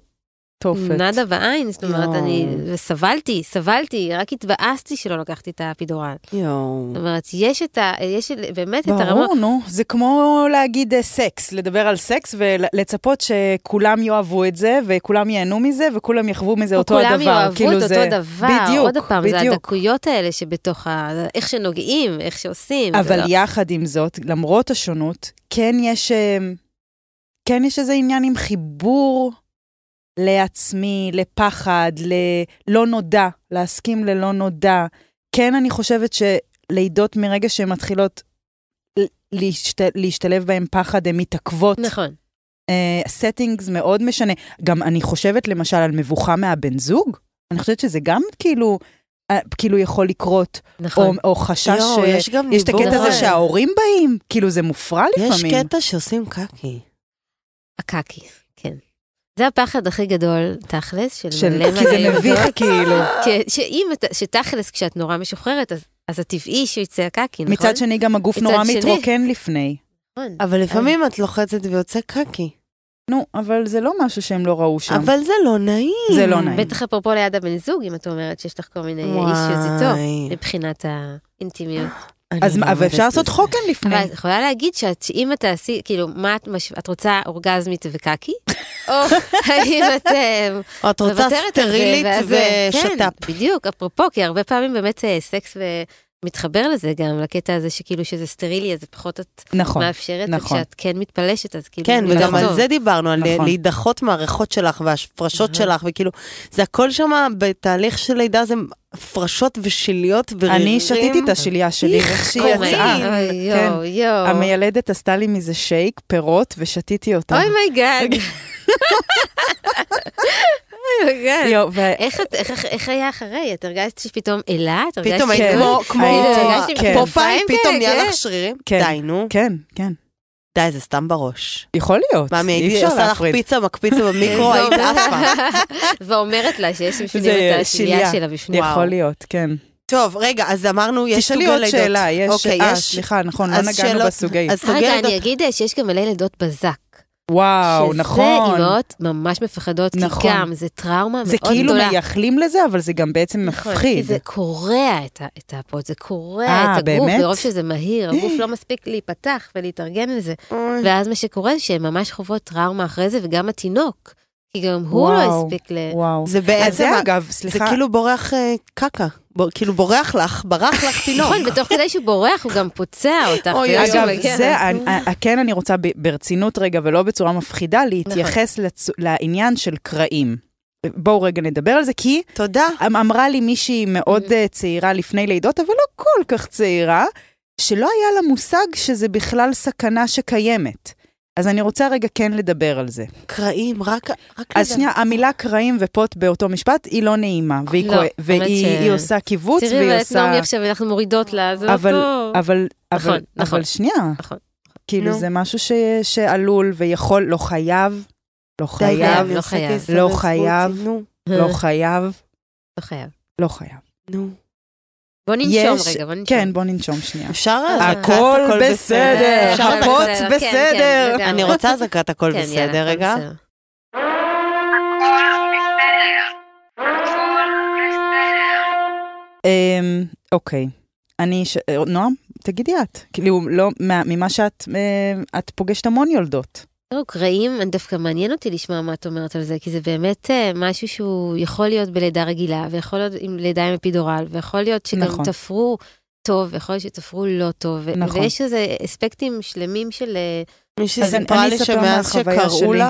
B: תופת.
D: נאדה בעין, זאת אומרת,
B: לא.
D: אני, וסבלתי, סבלתי, רק התבאסתי שלא לקחתי את האפידורל.
C: יואו.
D: זאת אומרת, יש את ה... יש באמת את הרמות.
B: Mm. ברור, נו. זה כמו להגיד אה, סקס, לדבר על סקס ולצפות שכולם יאהבו את זה, וכולם ייהנו מזה, וכולם יחוו מזה אותו הדבר.
D: כולם יאהבו
B: כאילו
D: את
B: זה-
D: אותו דבר.
B: בדיוק,
D: עוד פעם, זה
B: בדיוק.
D: הדקויות האלה שבתוך ה... איך שנוגעים, איך שעושים.
B: אבל
D: זה לא-
B: יחד עם זאת, למרות השונות, כן יש, אה, כן יש איזה עניין עם חיבור לעצמי, לפחד, ללא נודע, להסכים ללא נודע. כן, אני חושבת שלידות מרגע שהן מתחילות ל- להשת, להשתלב בהן פחד, הן מתעכבות.
D: נכון.
B: אה, settings מאוד משנה. גם אני חושבת למשל על מבוכה מהבן זוג, אני חושבת שזה גם כאילו, אה, כאילו יכול לקרות, או,
D: נכון.
B: או חשש...
C: יואו,
B: אה,
C: יש גם
B: יש את
C: דיבור
B: הקטע הזה
C: על-
D: נכון.
B: שההורים באים, כאילו זה מופרע
C: יש
B: לפעמים.
C: קטע שעושים קקי.
D: הקקי, כן. זה הפחד הכי גדול, תכלס, של
B: של-
D: מלא
B: כי זה
D: מלא
B: מביך
D: ילדות.
B: כאילו.
D: כן, שאם אתה... שתכלס, כשאת נורא משוחררת, אז- אז הטבעי שיצא הקקי, נכון?
B: מצד שני גם הגוף
D: מצד
B: נורא
D: שני.
B: מתרוקן לפני.
D: נכון.
C: אבל לפעמים את לוחצת ויוצא קקי.
B: נו, אבל זה לא משהו שהם לא ראו שם.
C: אבל זה לא נעים.
B: זה לא נעים.
D: בטח אפרופו ליד הבן זוג, אם את אומרת שיש לך כל מיני אישיוז איתו,
C: וואי.
D: מבחינת האינטימיות.
C: אני
B: אז מה, אבל
C: לומדת
B: אפשר לעשות
C: את זה.
B: חוקן לפני.
D: אבל את יכולה להגיד שאת- שאם את תעשי, כאילו, מה את מש- את רוצה אורגזמית וקקי? או האם את אה,
C: או את רוצה
D: מוותרת על זה,
C: סטרילית
D: ואז, אה,
C: ושת"פ.
D: כן, בדיוק, אפרופו, כי הרבה פעמים באמת אה, סקס ו- מתחבר לזה גם, לקטע הזה שכאילו שזה סטרילי, אז זה פחות את
B: נכון.
D: מאפשרת,
B: נכון.
D: וכשאת כן מתפלשת, אז כאילו...
C: כן,
D: זה
C: וגם
D: יותר
C: על
D: טוב.
C: זה דיברנו, על
B: נכון.
C: להידחות מהריחות שלך וההפרשות
D: נכון.
C: שלך, וכאילו, זה הכל שם בתהליך של לידה, זה הפרשות ושיליות ורירים.
B: אני שתיתי את השליה שלי,
C: איך
B: איך שהיא
D: אוי,
B: יצאה.
D: אוי,
B: כן.
D: יואו, יואו.
B: המיילדת עשתה לי מזה שייק, פירות, ושתיתי אותה.
D: אוי מייגאג.
C: אוקיי.
D: אוי
B: יואו, ו-
D: איך היה אחרי? את הרגשת שפתאום אלה? את הרגשת
C: פתאום היית
B: כן.
C: כמו- כמו
B: הייתי-
D: הרגשתי
B: כן.
C: פופאי,
D: כנפיים
C: פתאום נהיה
D: כאלה.
C: לך שרירים.
B: כן.
C: די, נו.
B: כן, כן.
C: די, זה סתם בראש.
B: יכול להיות.
C: מאמי,
B: אוקיי. אי
C: הייתי
B: אפשר
C: עושה לך
B: להפריד.
C: פיצה מקפיצה במיקרו, היית עפה.
D: ואומרת לה שיש בפנים
B: זה
D: את השנייה
B: שליה.
D: שלה בשמועה.
B: יכול להיות, כן.
C: טוב, רגע, אז אמרנו, יש סוגי
B: תשאלי
C: לידות.
B: עוד שאלה, יש...
C: אוקיי,
B: אה,
C: יש-
B: סליחה, נכון, לא
C: אז
B: נגענו
C: שאלות-
B: בסוגי.
C: אז סוגי
D: רגע,
C: לידות.
D: אני אגיד אה, שיש גם מלא לידות בזק.
B: וואו,
D: שזה
B: נכון.
D: אימהות ממש מפחדות, כי
B: נכון.
D: גם זה טראומה מאוד
B: זה
D: גדולה.
B: כאילו מייחלים לזה, אבל זה גם בעצם
D: נכון,
B: מפחיד.
D: כי זה קורע את, ה- את הפוד, זה קורע
B: אה,
D: את הגוף,
B: באמת? אה.
D: מרוב שזה מהיר, הגוף לא מספיק להיפתח ולהתארגן לזה. ואז מה שקורה זה שהן ממש חוות טראומה אחרי זה, וגם התינוק, כי גם הוא לא
B: וואו,
D: הספיק ל...
B: וואו.
C: זה
B: אז
C: בעצם,
B: זה אגב,
C: זה
B: סליחה,
C: כאילו בורח אה, קקה, בור- כאילו בורח לך, ברח לך תינוק.
D: נכון, ותוך כדי שהוא בורח, הוא גם פוצע אותך.
C: אוי,
D: בגלל
C: אוי,
D: שהוא
B: אגב,
D: מגיע
B: זה,
D: לזה.
B: ה- ה- כן אני רוצה ב- ברצינות רגע ולא בצורה מפחידה, להתייחס
D: נכון.
B: לצ- לעניין של קרעים. בואו רגע נדבר על זה, כי
C: תודה.
B: אמ- אמרה לי מישהי
D: Mm-hmm.
B: מאוד אה, צעירה לפני לידות, אבל לא כל כך צעירה, שלא היה לה מושג שזה בכלל סכנה שקיימת. אז אני רוצה רגע כן לדבר על זה.
C: קרעים, רק... רק
B: אז
C: לדעת.
B: שנייה, המילה קרעים ופוט באותו משפט היא לא נעימה, והיא
D: לא,
B: כואב-
D: האמת
B: והיא
D: ש-
B: היא עושה קיבוץ
D: תראי,
B: והיא
D: ואת נעמי
B: עושה...
D: עכשיו, אנחנו מורידות לה, זה לא
B: אבל-
D: טוב.
B: אבל,
D: נכון,
B: אבל,
D: נכון.
B: אבל שנייה.
D: נכון.
B: כאילו
C: נו.
B: זה משהו ש, שעלול ויכול, לא חייב, לא
C: די, די,
B: חייב,
C: אני
D: לא
C: עושה
D: חייב.
C: כסף
B: לא
C: לספוצי.
B: חייב.
C: נו,
B: לא חייב,
D: אה, לא חייב.
B: לא חייב.
C: נו.
D: בוא ננשום
B: יש-
D: רגע, בוא ננשום.
B: כן, בוא ננשום שנייה.
C: אפשר
D: אה,
C: אזעקת הכל בסדר.
D: אפשר אזעקת
B: הפוט
D: כן, כן,
B: בסדר.
D: לגמרי.
C: אני רוצה אזעקת הכל
D: כן, יאללה,
C: בסדר
D: הכל
C: רגע.
D: בסדר.
B: אמ, אוקיי. אני, ש... אה, נועם, תגידי את. כאילו, לא, מה, ממה שאת, אה, את פוגשת המון יולדות.
D: זהו, קרעים, אני לא, דווקא מעניין אותי לשמוע מה את אומרת על זה, כי זה באמת אה, משהו שהוא יכול להיות בלידה רגילה, ויכול להיות עם לידה עם אפידורל, ויכול להיות שגם
B: נכון.
D: תפרו טוב, ויכול להיות שתפרו לא טוב, ו-
B: נכון.
D: ויש איזה אספקטים שלמים של... אה,
C: מישהי
B: אז אני-
C: סיפרה
B: אני
C: לי
B: אספר
C: שמאז
B: מהחוויה
C: שקראו
B: שלי.
C: לה,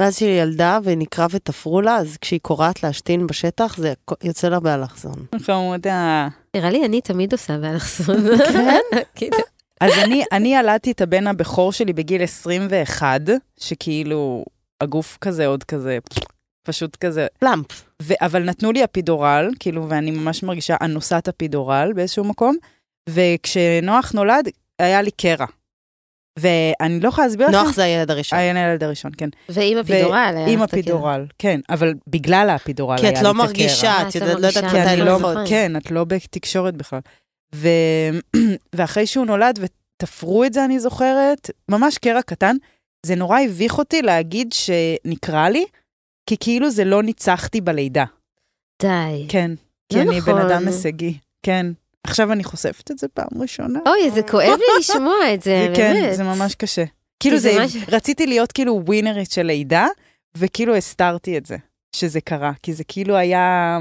C: מאז שהיא ילדה ונקרא ותפרו לה, אז כשהיא קורעת להשתין בשטח, זה יוצא לה באלכסון.
B: חמודה.
D: נראה לי אני תמיד עושה באלכסון. כן?
B: כאילו. אז אני, אני ילדתי את הבן הבכור שלי בגיל 21, שכאילו, הגוף כזה עוד כזה, פשוט כזה
C: פלאמפ.
B: ו- אבל נתנו לי אפידורל, כאילו, ואני ממש מרגישה אנוסת אפידורל באיזשהו מקום, וכשנוח נולד, היה לי קרע. ואני לא יכולה להסביר
C: נוח
B: לכם...
C: זה הילד הראשון.
B: היה לי הילד הראשון, כן.
D: ועם אפידורל. אה, כאילו. היה
B: עם
D: לך את הקרע.
B: אפידורל, כן, אבל בגלל האפידורל
C: כי
B: היה לי
C: את
B: את
C: לא
B: הקרע.
D: אה,
C: מרגישה, את
D: את לא
C: יודעת, לא יודעת
D: מרגישה,
B: כי
C: מתי
B: אני לא,
C: לפרוץ.
D: נכון.
B: כן, את לא בתקשורת בכלל. ו... ואחרי שהוא נולד ותפרו את זה, אני זוכרת, ממש קרע קטן, זה נורא הביך אותי להגיד שנקרע לי, כי כאילו זה לא ניצחתי בלידה.
D: די.
B: כן, כי
D: לא
B: אני
D: נכון.
B: בן אדם הישגי, כן. עכשיו אני חושפת את זה פעם ראשונה.
D: אוי, זה כואב לי לשמוע את זה,
B: כן,
D: אה, באמת.
B: זה ממש קשה. כאילו
D: זה
B: זה,
D: ממש-
B: רציתי להיות כאילו ווינרית של לידה, וכאילו הסתרתי את זה, שזה קרה, כי זה כאילו היה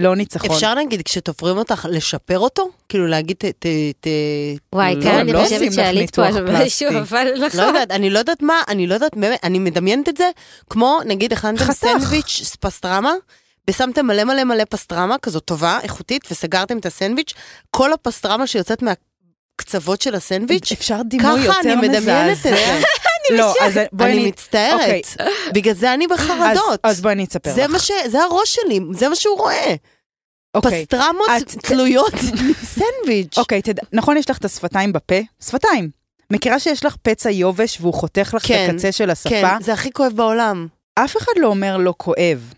B: לא ניצחון.
C: אפשר נגיד, כשתופרים אותך, לשפר אותו? כאילו להגיד, ת- ת... ת-
D: וואי,
B: לא,
D: כאן אני
B: לא
D: חושבת
B: עושים לך
D: שעלית פה על
B: ניתוח
D: משהו,
B: פלסטי.
D: אבל
C: לא
D: נכון.
C: יודעת, אני לא יודעת מה, אני לא יודעת, באמת, אני מדמיינת את זה, כמו נגיד הכנתם
B: חתך.
C: סנדוויץ' פסטרמה, ושמתם מלא מלא מלא פסטרמה, כזו טובה, איכותית, וסגרתם את הסנדוויץ', כל הפסטרמה שיוצאת מהקצוות של הסנדוויץ',
B: אפשר דימוי
C: ככה אני
B: יותר
C: מדמיינת את
B: מזעזע.
C: זה.
B: לא, אז בואי
C: אני
B: אני...
C: מצטערת,
B: אוקיי.
C: בגלל זה אני
B: אז-
C: בחרדות.
B: אז בואי אני אספר
C: זה
B: לך.
C: מה ש... זה הראש שלי, זה מה שהוא רואה.
B: אוקיי.
C: פסטרמות
B: את-
C: תלויות סנדוויץ'.
B: אוקיי, תדע, נכון יש לך את השפתיים בפה? שפתיים. מכירה שיש לך פצע יובש והוא חותך לך
C: כן,
B: את הקצה של
C: כן,
B: השפה?
C: זה הכי כואב בעולם.
B: אף אחד לא אומר לא כואב.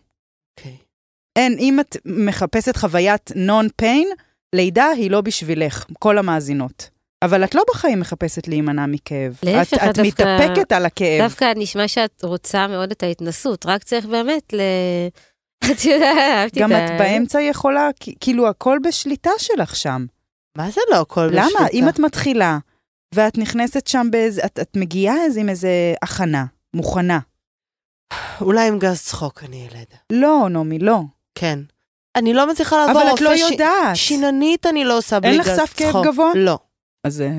B: אוקיי. אין, אם את מחפשת חוויית נון פיין, לידה היא לא בשבילך, כל המאזינות. אבל את לא בחיים מחפשת להימנע מכאב.
D: להפך,
B: את,
D: את
B: את
D: דווקא-
B: מתאפקת על הכאב.
D: דווקא נשמע שאת רוצה מאוד את ההתנסות, רק צריך באמת ל... את יודעת, אהבתי את
B: גם
D: ה...
B: את באמצע יכולה, כ- כאילו הכל בשליטה שלך שם.
C: מה זה לא הכל בשליטה?
B: למה? אם את מתחילה, ואת נכנסת שם באיזה, את, את מגיעה אז עם איזה הכנה, מוכנה.
C: אולי עם גז צחוק אני ילד.
B: לא, נעמי, לא.
C: כן. אני לא מצליחה לעבור
B: אבל את
C: רופא
B: לא
C: ש-
B: יודעת.
C: שיננית אני לא עושה בלי
B: אין
C: גז
B: לך
C: צחוק.
B: סף כאב גבוה?
C: לא.
B: אז... אה,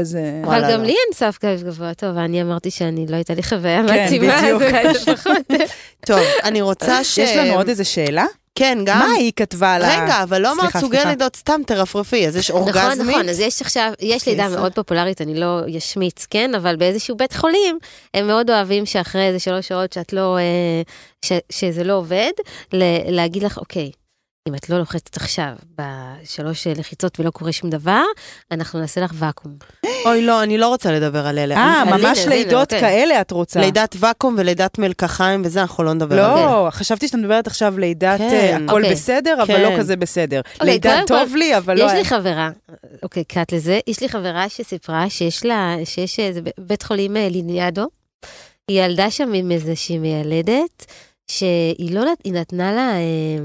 B: אז... אה,
D: אבל
C: וואלה,
D: גם
C: לא.
D: לי אין סף כאב גבוה. טוב, אני אמרתי שאני לא הייתה לי חוויה
B: כן,
D: מתאימה, אז
B: בדיוק.
D: אולי זה פחות.
C: טוב, אני רוצה ש...
B: יש
D: אה,
B: לנו עוד איזה שאלה?
C: כן, גם.
B: מה היא כתבה על ה...
C: רגע, אבל לא אמרת
B: סליחה,
C: סוגי
B: סליחה.
C: לידות, סתם תרפרפי, אז יש
D: נכון,
C: אורגזמי.
D: נכון, אז יש עכשיו, יש לידה
B: עשר.
D: מאוד פופולרית, אני לא אשמיץ, כן? אבל באיזשהו בית חולים, הם מאוד אוהבים שאחרי איזה שלוש שעות שאת לא, אה, ש- שזה לא עובד, ל- להגיד לך, אוקיי, אם את לא לוחצת עכשיו בשלוש אה, לחיצות ולא קורה שום דבר, אנחנו נעשה לך ואקום.
C: אוי, לא, אני לא רוצה לדבר על אלה.
B: אה,
D: אז הנה,
B: ממש
D: הנה,
B: לידות
D: אוקיי.
B: כאלה את רוצה.
C: לידת ואקום ולידת מלקחיים וזה, אנחנו לא נדבר על זה.
B: לא, חשבתי שאת מדברת עכשיו לידת
C: כן.
B: אה, הכל
D: אוקיי.
B: בסדר, אבל
C: כן.
B: לא כזה בסדר.
D: אוקיי,
B: לידה
D: קודם
B: טוב
D: כל,
B: לי, אבל לא...
D: יש לי חברה, אוקיי, קאט לזה, יש לי חברה שסיפרה שיש לה, שיש איזה ב- בית חולים אה, ליניאדו, היא ילדה שם עם איזושהי מיילדת, שהיא לא נת, היא נתנה לה, אה,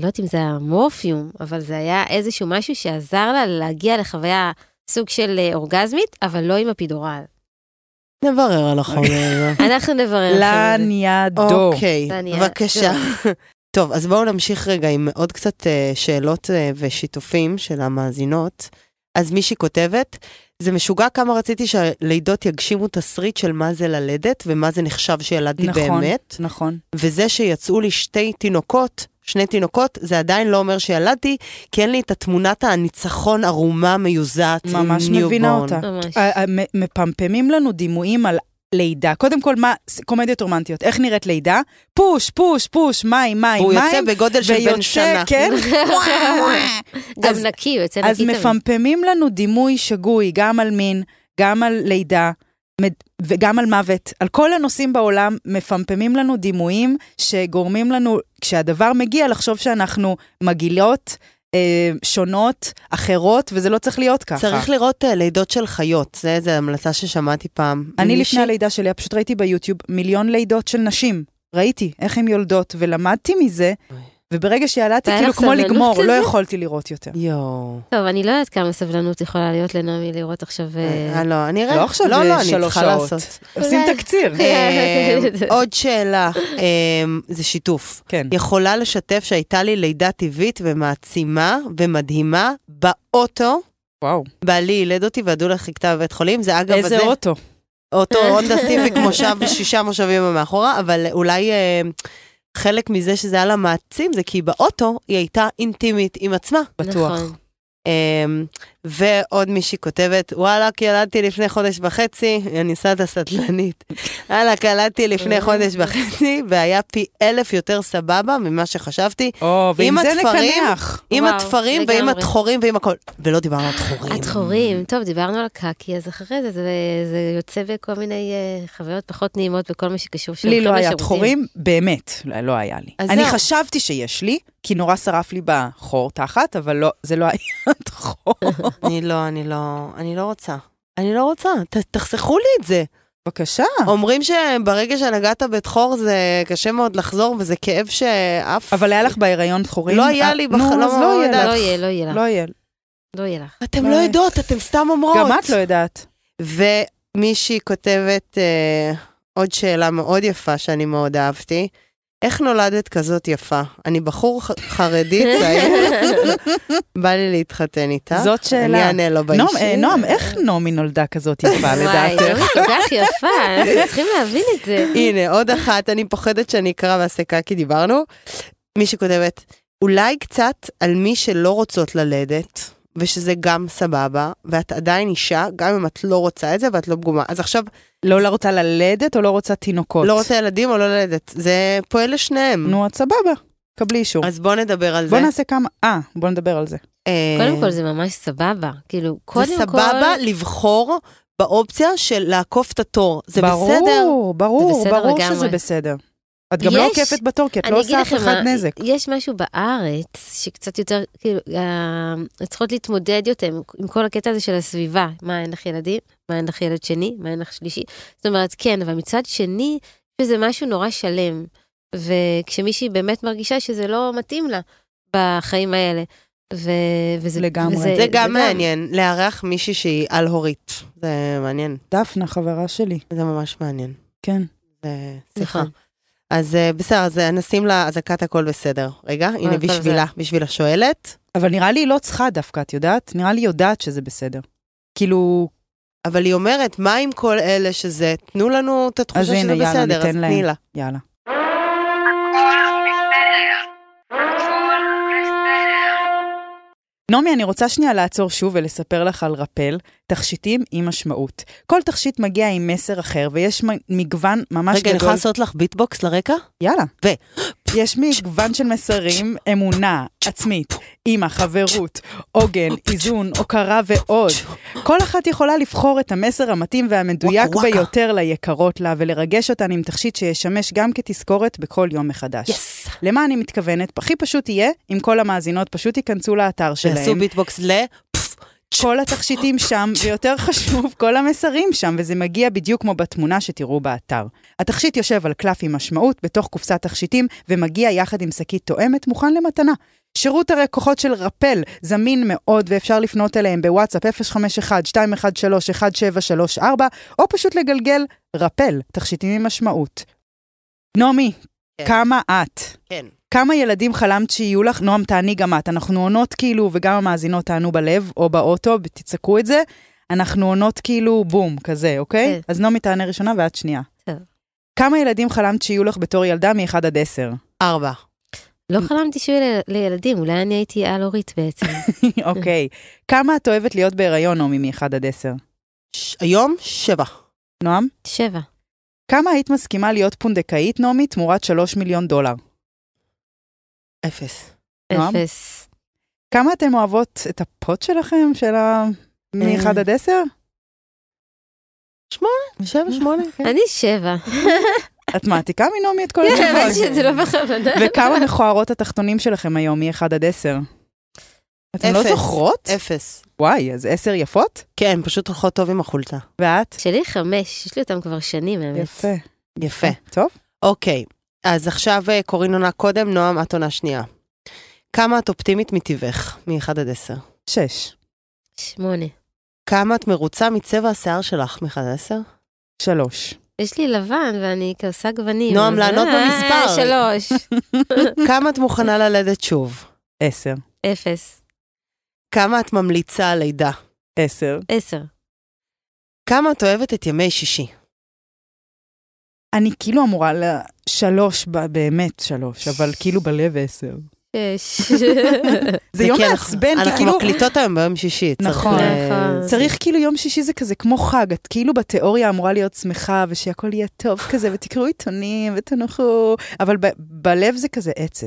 D: לא יודעת אם זה היה מורפיום, אבל זה היה איזשהו משהו שעזר לה להגיע לחוויה סוג של אה, אורגזמית, אבל לא עם אפידורל.
C: נברר על החומר. לא. הזה.
D: אנחנו נברר לכם את זה.
B: לניאדו.
C: אוקיי,
D: ואני-
C: בבקשה. טוב, אז בואו נמשיך רגע עם עוד קצת אה, שאלות אה, ושיתופים של המאזינות. אז מישהי כותבת, זה משוגע כמה רציתי שהלידות יגשימו תסריט של מה זה ללדת ומה זה נחשב שילדתי
B: נכון.
C: באמת.
B: נכון.
C: וזה שיצאו לי שתי תינוקות, שני תינוקות, זה עדיין לא אומר שילדתי, כי אין לי את התמונת הניצחון ערומה מיוזעת עם
B: ממש
C: ניובורן.
B: מבינה אותה.
D: ממש.
B: ה- ה- אה, מ- מפמפמים לנו דימויים על לידה. קודם כל, מה, ס- קומדיות רומנטיות, איך נראית לידה? פוש, פוש, פוש, מים, מים,
C: והוא
B: מים.
C: יוצא בגודל של בן
B: ויוצא,
C: שנה.
B: כן.
D: גם
B: אז-
D: נקי, הוא יוצא נקי
B: אז
D: תמיד.
B: מפמפמים לנו דימוי שגוי, גם על מין, גם על לידה, מד- וגם על מוות. על כל הנושאים בעולם מפמפמים לנו דימויים שגורמים לנו, כשהדבר מגיע, לחשוב שאנחנו מגעילות, אה, שונות, אחרות, וזה לא צריך להיות ככה.
C: צריך לראות אה, לידות של חיות, זה איזו המלצה ששמעתי פעם.
B: אני
C: ממישהי.
B: לפני הלידה שלי, פשוט ראיתי ביוטיוב מיליון לידות של נשים. ראיתי איך הן יולדות, ולמדתי מזה,
C: אוי.
B: וברגע שילדתי,
D: והיה
B: כאילו
D: לך
B: כמו
D: סבלנות
B: לגמור, לא
D: לזה?
B: יכולתי לראות יותר.
C: יואו.
D: טוב, אני לא יודעת כמה סבלנות יכולה להיות לנעמי לראות עכשיו... אה,
C: אה, לא, אני
B: לא
C: רגע,
B: עכשיו
C: לא, לא,
B: אה,
C: אני
B: שלוש
C: צריכה
B: שעות.
C: לעשות.
B: עושים
D: אולי.
B: תקציר.
C: אה, עוד שאלה, אה, זה שיתוף.
B: כן.
C: יכולה לשתף שהייתה לי לידה טבעית ומעצימה ומדהימה באוטו.
B: וואו.
C: בעלי ילד אותי והדולה חיכתה בבית חולים, זה אגב,
B: איזה אה.
C: זה
B: אוטו.
C: אותו הונדה סיביק מושב ושישה מושבים מאחורה, אבל אולי אה, חלק מזה שזה היה לה מעצים זה כי באוטו היא הייתה אינטימית עם עצמה.
B: בטוח.
D: נכון.
C: אמ, ועוד מישהי כותבת, וואלכ, ילדתי לפני חודש וחצי, אני סדה סטלנית. וואלכ, ילדתי
B: אה.
C: לפני חודש וחצי, והיה פי אלף יותר סבבה ממה שחשבתי,
B: או, ועם
C: עם
B: זה
C: התפרים-
B: נקנח.
C: עם
D: וואו,
C: התפרים ועם
D: לגמרי.
C: התחורים ועם הכל. ולא דיברנו על תחורים.
D: התחורים, טוב, דיברנו על קקי, אז אחרי זה, זה, זה יוצא בכל מיני אה, חוויות פחות נעימות בכל מה שקשור של
B: לי
D: כל
B: לא
D: מיני
B: היה
D: שירותים.
B: תחורים, באמת, לא לא היה לי.
C: אז
B: אני
C: זהו.
B: חשבתי שיש לי, כי נורא שרף לי בחור תחת, אבל לא, זה לא היה תחור.
C: אני לא, אני לא, אני לא רוצה. אני לא רוצה, ת, תחסכו לי את זה.
B: בבקשה.
C: אומרים שברגע שנגעת בתחור זה קשה מאוד לחזור, וזה כאב שאף...
B: אבל היה לך בהיריון תחורים?
C: לא היה לי בחלום
B: נו, אז לא
C: המועד
B: יהיה
D: לא
B: לך.
D: יהיה, לא יהיה לך,
B: לא יהיה.
D: לא יהיה לך.
C: אתם לא יודעות, אתם סתם אומרות.
B: אה. גם את לא יודעת.
C: ומישהי כותבת אה, עוד שאלה מאוד יפה שאני מאוד אהבתי. איך נולדת כזאת יפה? אני בחור ח- חרדי צעיר, בא לי להתחתן איתה.
B: זאת
C: אני
B: שאלה.
C: אענה לו
B: נועם,
C: באישי.
B: אה, נועם, איך נעמי נולדה כזאת יפה
D: וואי,
B: לדעתך?
D: נעמי כל כך יפה, אנחנו צריכים להבין את זה.
C: הנה, עוד אחת, אני פוחדת שאני אקרא והסקה כי דיברנו. מישהי כותבת, אולי קצת על מי שלא רוצות ללדת, ושזה גם סבבה, ואת עדיין אישה, גם אם את לא רוצה את זה ואת לא פגומה. אז עכשיו,
B: לא לא רוצה ללדת או לא רוצה תינוקות?
C: לא רוצה ילדים או לא ללדת, זה פועל לשניהם.
B: נו, את סבבה, קבלי אישור.
C: אז בואו נדבר על זה.
B: בוא נעשה כמה, אה, בוא נדבר על זה.
C: אה,
D: קודם כל זה ממש סבבה, כאילו, קודם כל...
C: זה סבבה לבחור באופציה של לעקוף את התור. זה בסדר.
B: ברור, ברור,
D: זה בסדר
B: ברור
D: לגמרי.
B: שזה בסדר. את גם לא
D: יש-
B: עוקפת בתור, כי את לא
D: אני אגיד
B: עושה אף
D: לכם
B: אחד
D: מה,
B: נזק.
D: יש משהו בארץ שקצת יותר, כאילו, אה, צריכות להתמודד יותר עם, עם כל הקטע הזה של הסביבה. מה, אין לך ילדים? מה, אין לך ילד שני? מה, אין לך שלישי? זאת אומרת, כן, אבל מצד שני, יש בזה משהו נורא שלם. וכשמישהי באמת מרגישה שזה לא מתאים לה בחיים האלה. ו, וזה,
B: לגמרי.
D: וזה,
C: זה גם מעניין, לארח מישהי שהיא על-הורית. זה מעניין,
B: דפנה, חברה שלי,
C: זה ממש מעניין.
B: כן.
C: זה שיחה.
D: נכון.
C: אז אה, בסדר, אז אה, נשים לה אזעקת הכל בסדר. רגע, הנה
D: הכל
C: בשבילה, בשביל השואלת.
B: אבל נראה לי היא לא צריכה דווקא, את יודעת? נראה לי היא יודעת שזה בסדר. כאילו,
C: אבל היא אומרת, מה עם כל אלה שזה? תנו לנו את התחושה
B: אז
C: שזה
B: הנה, יאללה,
C: בסדר,
B: ניתן
C: אז
B: להם.
C: תני לה.
B: יאללה. נעמי, אני רוצה שנייה לעצור שוב ולספר לך על רפל, תכשיטים עם משמעות. כל תכשיט מגיע עם מסר אחר, ויש מ- מגוון ממש
C: רגע, אני
B: גדול.
C: יכולה לעשות לך ביטבוקס לרקע?
B: יאללה.
C: ו-
B: יש מגוון של מסרים, אמונה עצמית, אימא, חברות, עוגן, איזון, הוקרה ועוד. כל אחת יכולה לבחור את המסר המתאים והמדויק
C: וואקה, וואקה.
B: ביותר ליקרות לה ולרגש אותן עם תכשיט שישמש גם כתזכורת בכל יום מחדש.
C: יס.
B: למה אני מתכוונת? הכי פשוט יהיה אם כל המאזינות פשוט ייכנסו לאתר
C: שיעשו
B: שלהם.
C: ביטבוקס ל...
B: כל התכשיטים שם, ויותר חשוב, כל המסרים שם, וזה מגיע בדיוק כמו בתמונה שתראו באתר. התכשיט יושב על קלף עם משמעות בתוך קופסת תכשיטים, ומגיע יחד עם שקית תואמת מוכן למתנה. שירות הלקוחות של רפל זמין מאוד ואפשר לפנות אליהם בוואטסאפ 051-213-1734 או פשוט לגלגל רפל, תכשיטים עם משמעות. נעמי,
C: כן.
B: כמה את?
C: כן.
B: כמה ילדים חלמת שיהיו לך? נועם, תעני גם את. אנחנו עונות כאילו, וגם המאזינות תענו בלב או באוטו, תצעקו את זה. אנחנו עונות כאילו בום, כזה, אוקיי?
D: כן.
B: אז נעמי תענה ראשונה ואת שנייה.
D: בסדר.
B: כמה ילדים חלמת שיהיו לך בתור ילדה מ-1 עד 10?
C: ארבע.
D: לא חלמתי שיהיו לי- לילדים, אולי אני הייתי על-הורית בעצם.
B: אוקיי. כמה את אוהבת להיות בהיריון, נעמי, מ-1 עד 10?
C: ש- היום שבע.
B: נועם?
D: שבע.
B: כמה היית מסכימה להיות פונדקאית, נעמי, תמורת 3 מיליון דולר?
C: אפס.
B: נועם?
D: אפס.
B: כמה אתן אוהבות את הפוט שלכם, של ה... מ-1
C: אה.
B: עד 10?
C: שבע, שמונה, כן.
B: אוקיי.
D: אני שבע.
B: את מעתיקה מנעמי את כל
D: כן,
B: התשובות.
D: האמת שזה לא בכוונה.
B: וכמה מכוערות התחתונים שלכם היום, מ-1 עד 10? אתן לא
C: אפס.
B: זוכרות?
C: אפס.
B: וואי, אז 10 יפות?
C: כן, פשוט הולכות טוב עם החולצה.
B: ואת?
D: שלי חמש, יש לי אותם כבר שנים, האמת.
B: יפה.
C: יפה.
B: טוב.
C: אוקיי, אז עכשיו אה, קורין עונה קודם, נועם, את עונה שנייה. כמה את אופטימית מטבעך, מ-1 עד 10?
B: 6.
D: שמונה.
C: כמה את מרוצה מצבע השיער שלך, מ-1 עד 10?
B: 3.
D: יש לי לבן ואני כעושה גוונים.
C: נועם,
D: אז-
C: לענות
D: אה,
C: במספר.
D: שלוש.
C: כמה את מוכנה ללדת שוב?
B: 10.
D: אפס.
C: כמה את ממליצה על לידה?
B: 10.
D: עשר.
C: כמה את אוהבת את ימי שישי?
B: אני כאילו אמורה ל... 3, באמת 3, אבל כאילו בלב 10.
D: שש.
B: זה יום
C: כי אנחנו-
B: מעצבן, כי
C: אנחנו
B: כאילו...
C: מקליטות היום ביום שישי, צריך... אה,
B: נכון.
C: ל-
D: נכון.
B: צריך כאילו יום שישי זה כזה כמו חג, את כאילו בתיאוריה אמורה להיות שמחה ושהכול יהיה טוב כזה ותקראו עיתונים ותנוחו, אבל ב- בלב זה כזה עצב.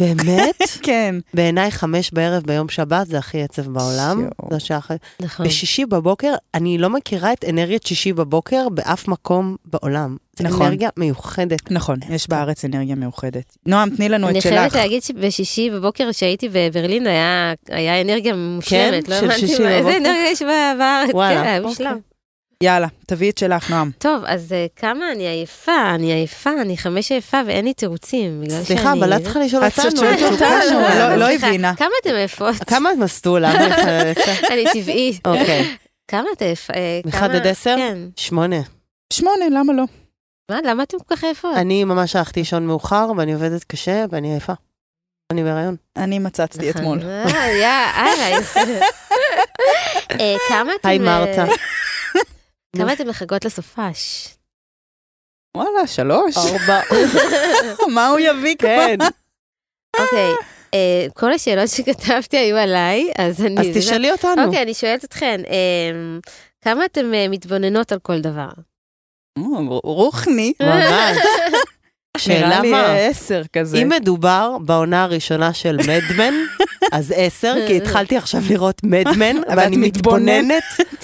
C: באמת?
B: כן.
C: בעיניי חמש בערב ביום שבת זה הכי עצב בעולם.
B: שיו.
C: זו השעה הכי-
B: אה.
D: נכון.
C: בשישי בבוקר, אני לא מכירה את אנרגיית שישי בבוקר באף מקום בעולם. זה
B: נכון.
C: אנרגיה מיוחדת.
B: נכון, יש בארץ אנרגיה מאוחדת. נועם, תני לנו את
D: אני
B: שלך.
D: חייבת להגיד שבשישי בבוקר שהייתי בברלין היה, היה אנרגיה מושלמת, לא
C: כן? של
D: הבנתי
C: שישי
D: מה- איזה
C: בבוקר?
D: אנרגיה יש ב- בארץ,
C: וואלה,
D: כן, היה
C: אוקיי.
D: מושלם.
B: יאללה, תביאי את שלך, נועם.
D: טוב, אז אה, כמה אני עייפה, אני עייפה, אני חמש עייפה ואין לי תירוצים. בגלל
C: סליחה,
D: שאני-
C: אבל את צריכה לשאול
B: את
C: אותנו.
B: שואלת
C: אנחנו
B: אותנו,
C: כאן.
B: לא- לא
D: סליחה,
B: הבינה.
D: כמה אתם עייפות?
C: כמה את מסטולה?
D: אני טבעי.
C: אוקיי,
D: כמה אתם עייפה? אה,
C: מאחד
D: כמה-
C: עד עשר?
D: כן.
C: שמונה.
B: שמונה, למה לא?
D: מה, למה אתם כל כך עייפות?
C: אני ממש הלכתי לישון מאוחר, ואני עובדת קשה, ואני עייפה. אני בהיריון.
B: אני מצצתי
D: נכון.
B: אתמול.
D: אה, יא, אה, אה, כמה אתם...
C: היי
D: אה,
C: מרתה.
D: כמה אתם מחכות לסופש?
B: וואלה, שלוש?
C: ארבע.
B: מה הוא יביא
C: כן.
B: כבר?
D: אוקיי, אה, כל השאלות שכתבתי היו עליי, אז אני...
C: אז תשאלי אותנו.
D: אוקיי, אני שואלת אתכן, אה, כמה אתן אה, מתבוננות על כל דבר?
B: או, רוחני.
C: ממש. שאלה
B: נראה לי
C: מה?
B: אה, עשר כזה.
C: אם מדובר בעונה הראשונה של מדמן, אז עשר, כי התחלתי עכשיו לראות מדמן,
B: אה, אבל
C: ואני
B: את
C: מתבוננת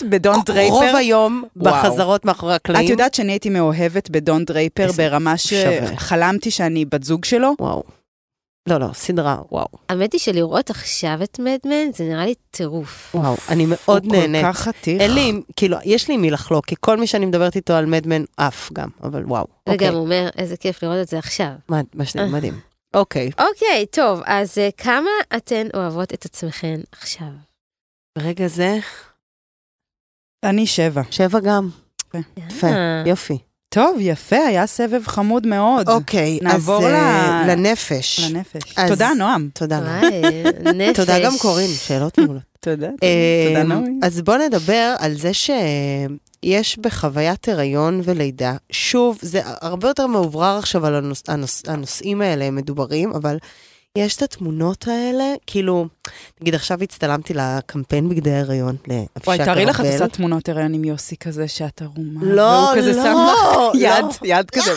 B: בדון
C: רוב
B: דרייפר.
C: היום
B: וואו.
C: בחזרות מאחורי הקלעים.
B: את יודעת שאני הייתי מאוהבת בדון דרייפר
C: איזה
B: ברמה
C: שווה.
B: שחלמתי שאני בת זוג שלו.
C: וואו. לא, לא, סדרה, וואו.
D: האמת היא שלראות עכשיו את מדמן זה נראה לי טירוף.
C: וואו, אני מאוד
B: הוא
C: נהנית.
B: כל כך חתיך.
C: אין לי, כאילו, יש לי מי לחלוק, כי כל מי שאני מדברת איתו על מדמן עף גם, אבל וואו. אוקיי,
D: וגם הוא אומר, איזה כיף לראות את זה עכשיו.
C: מד-
D: אה.
C: משלים, מדהים. אוקיי,
D: אוקיי, טוב, אז אה, כמה אתן אוהבות את עצמכן עכשיו?
C: ברגע זה,
B: אני שבע.
C: שבע גם. יפה,
D: אה,
C: יופי.
B: טוב, יפה, היה סבב חמוד מאוד.
C: אוקיי, אז
B: נעבור
C: אה,
B: ל-
C: לנפש.
B: לנפש.
C: אז-
B: תודה, נועם.
C: תודה. נועה.
D: וואי, נפש.
C: תודה גם קורין, שאלות מעולות.
B: תודה.
C: אה,
B: תודה, נעמי.
C: אז בוא נדבר על זה שיש בחוויית הריון ולידה, שוב, זה הרבה יותר מאוברר עכשיו על הנוס, הנוס, הנושאים האלה הם מדוברים, אבל יש את התמונות האלה, כאילו, נגיד עכשיו הצטלמתי לקמפיין בגדי הריון לאבישק
B: וואי, תארי לך את
C: ארבל.
B: עושה תמונות הריון עם יוסי כזה, שאת ערומה.
C: לא,
B: והוא כזה
C: לא,
B: שם לך
C: לא.
B: יד, יד כזה.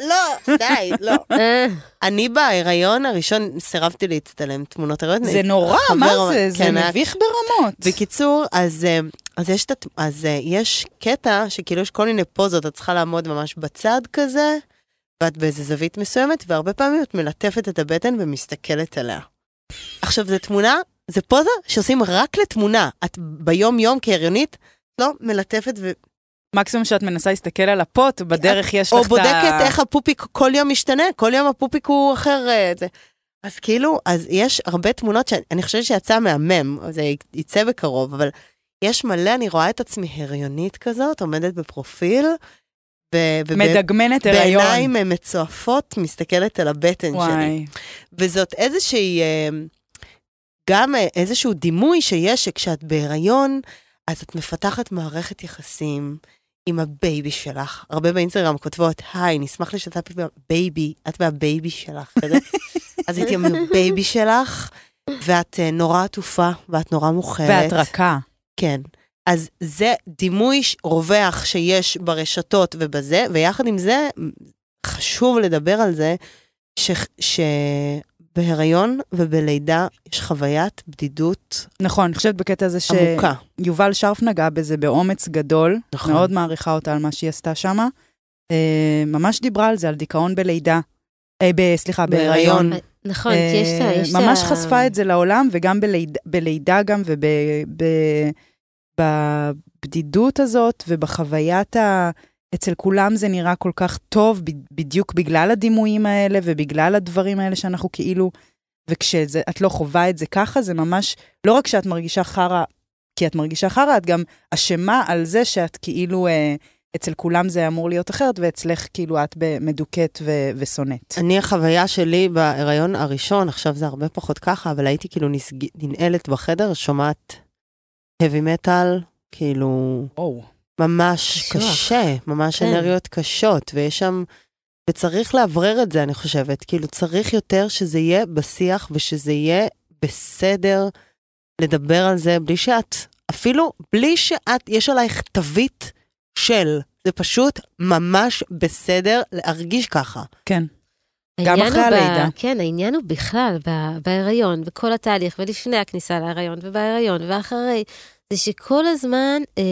C: לא, די, לא.
D: אה,
C: אני בהיריון הראשון סירבתי להצטלם תמונות הריון.
B: זה נורא,
C: חבר
B: מה
C: אמר-
B: זה? זה
C: כן, היה
B: מביך ברמות.
C: בקיצור, אז, אה, אז, יש, את הת- אז אה, יש קטע שכאילו יש כל מיני פוזות, את צריכה לעמוד ממש בצד כזה, ואת באיזה זווית מסוימת, והרבה פעמים את מלטפת את הבטן ומסתכלת עליה. עכשיו, זו תמונה, זו פוזה שעושים רק לתמונה. את ביום-יום כהריונית, לא מלטפת ו...
B: מקסימום שאת מנסה להסתכל על הפוט, בדרך יש לך
C: או
B: את ה...
C: בודקת איך הפופיק כל יום משתנה, כל יום הפופיק הוא אחר. אה, זה. אז כאילו, אז יש הרבה תמונות שאני חושבת שיצא מהמם, זה י- יצא בקרוב, אבל יש מלא, אני רואה את עצמי הריונית כזאת, עומדת בפרופיל, ו- וב-
B: מדגמנת הריון.
C: בעיניים אה, מצועפות, מסתכלת על הבטן שלי.
B: וואי.
C: וזאת איזושהי, אה, גם אה, איזשהו דימוי שיש, שכשאת בהיריון, אז את מפתחת מערכת יחסים עם הבייבי שלך. הרבה באינסטגרם כותבות, היי, נשמח לשתף עם הבייבי, את והבייבי שלך. כזה. אז הייתי עם הבייבי שלך, ואת אה, נורא עטופה, ואת נורא מוכרת.
B: ואת רכה.
C: כן. אז זה דימוי ש- רווח שיש ברשתות ובזה, ויחד עם זה, חשוב לדבר על זה ש- שבהיריון ובלידה יש חוויית בדידות
B: נכון, אני חושבת בקטע הזה ש...
C: עמוקה.
B: יובל שרף נגע בזה באומץ גדול,
C: נכון.
B: נכון. מאוד מעריכה אותה על מה שהיא עשתה שמה. אה, ממש דיברה על זה, על דיכאון בלידה. אה, ב, סליחה, בהיריון.
D: נכון, כי יש את ה... יש את ה-
B: אה, ממש חשפה את זה לעולם, וגם בלידה, בלידה גם, ובבדידות הזאת, ובחוויית ה... אצל כולם זה נראה כל כך טוב, ב- בדיוק בגלל הדימויים האלה, ובגלל הדברים האלה שאנחנו כאילו... וכשאת לא חווה את זה ככה, זה ממש... לא רק שאת מרגישה חרא, כי את מרגישה חרא, את גם אשמה על זה שאת כאילו... אה, אצל כולם זה אמור להיות אחרת, ואצלך כאילו את ב- מדוכאת ו- ושונאת.
C: אני, החוויה שלי בהיריון הראשון, עכשיו זה הרבה פחות ככה, אבל הייתי כאילו נסג... ננעלת בחדר, שומעת heavy metal, כאילו...
B: וואו.
C: ממש
D: קשוח.
C: קשה, ממש
D: כן.
C: אנרגיות קשות, ויש שם, וצריך לאוורר את זה, אני חושבת. כאילו, צריך יותר שזה יהיה בשיח ושזה יהיה בסדר לדבר על זה בלי שאת, אפילו בלי שאת, יש עלייך תווית של. זה פשוט ממש בסדר להרגיש ככה.
B: כן. גם
D: העניין
B: אחרי
D: הוא ב-
B: הלידה.
D: כן, העניין הוא בכלל ב- בהיריון, וכל התהליך, ולפני הכניסה להיריון, ובהיריון, ואחרי, זה שכל הזמן, אה,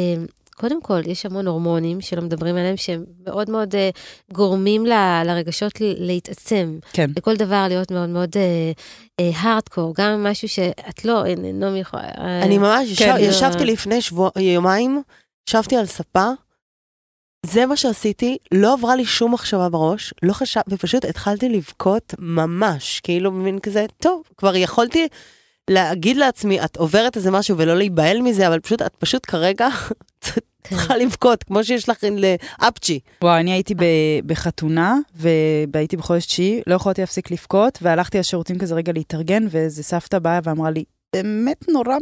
D: קודם כל, יש המון הורמונים שלא מדברים עליהם, שהם מאוד מאוד אה, גורמים ל- לרגשות ל- להתעצם.
B: כן.
D: לכל דבר להיות מאוד מאוד אה, אה, הארדקור, גם משהו שאת לא, אה, נעמי יכולה... אה,
C: אני ממש,
B: כן.
C: ישב- ישבתי לפני שבוע, יומיים, ישבתי על ספה, זה מה שעשיתי, לא עברה לי שום מחשבה בראש, לא חשב, ופשוט התחלתי לבכות ממש, כאילו מין כזה, טוב, כבר יכולתי להגיד לעצמי, את עוברת איזה משהו ולא להיבהל מזה, אבל פשוט, את פשוט כרגע
D: כן.
C: צריכה לבכות, כמו שיש לך לאפצ'י.
B: וואו, אני הייתי ב, בחתונה, והייתי בחודש תשיעי, לא יכולתי להפסיק לבכות, והלכתי לשירותים כזה רגע להתארגן, ואיזה סבתא באה ואמרה לי, באמת נורא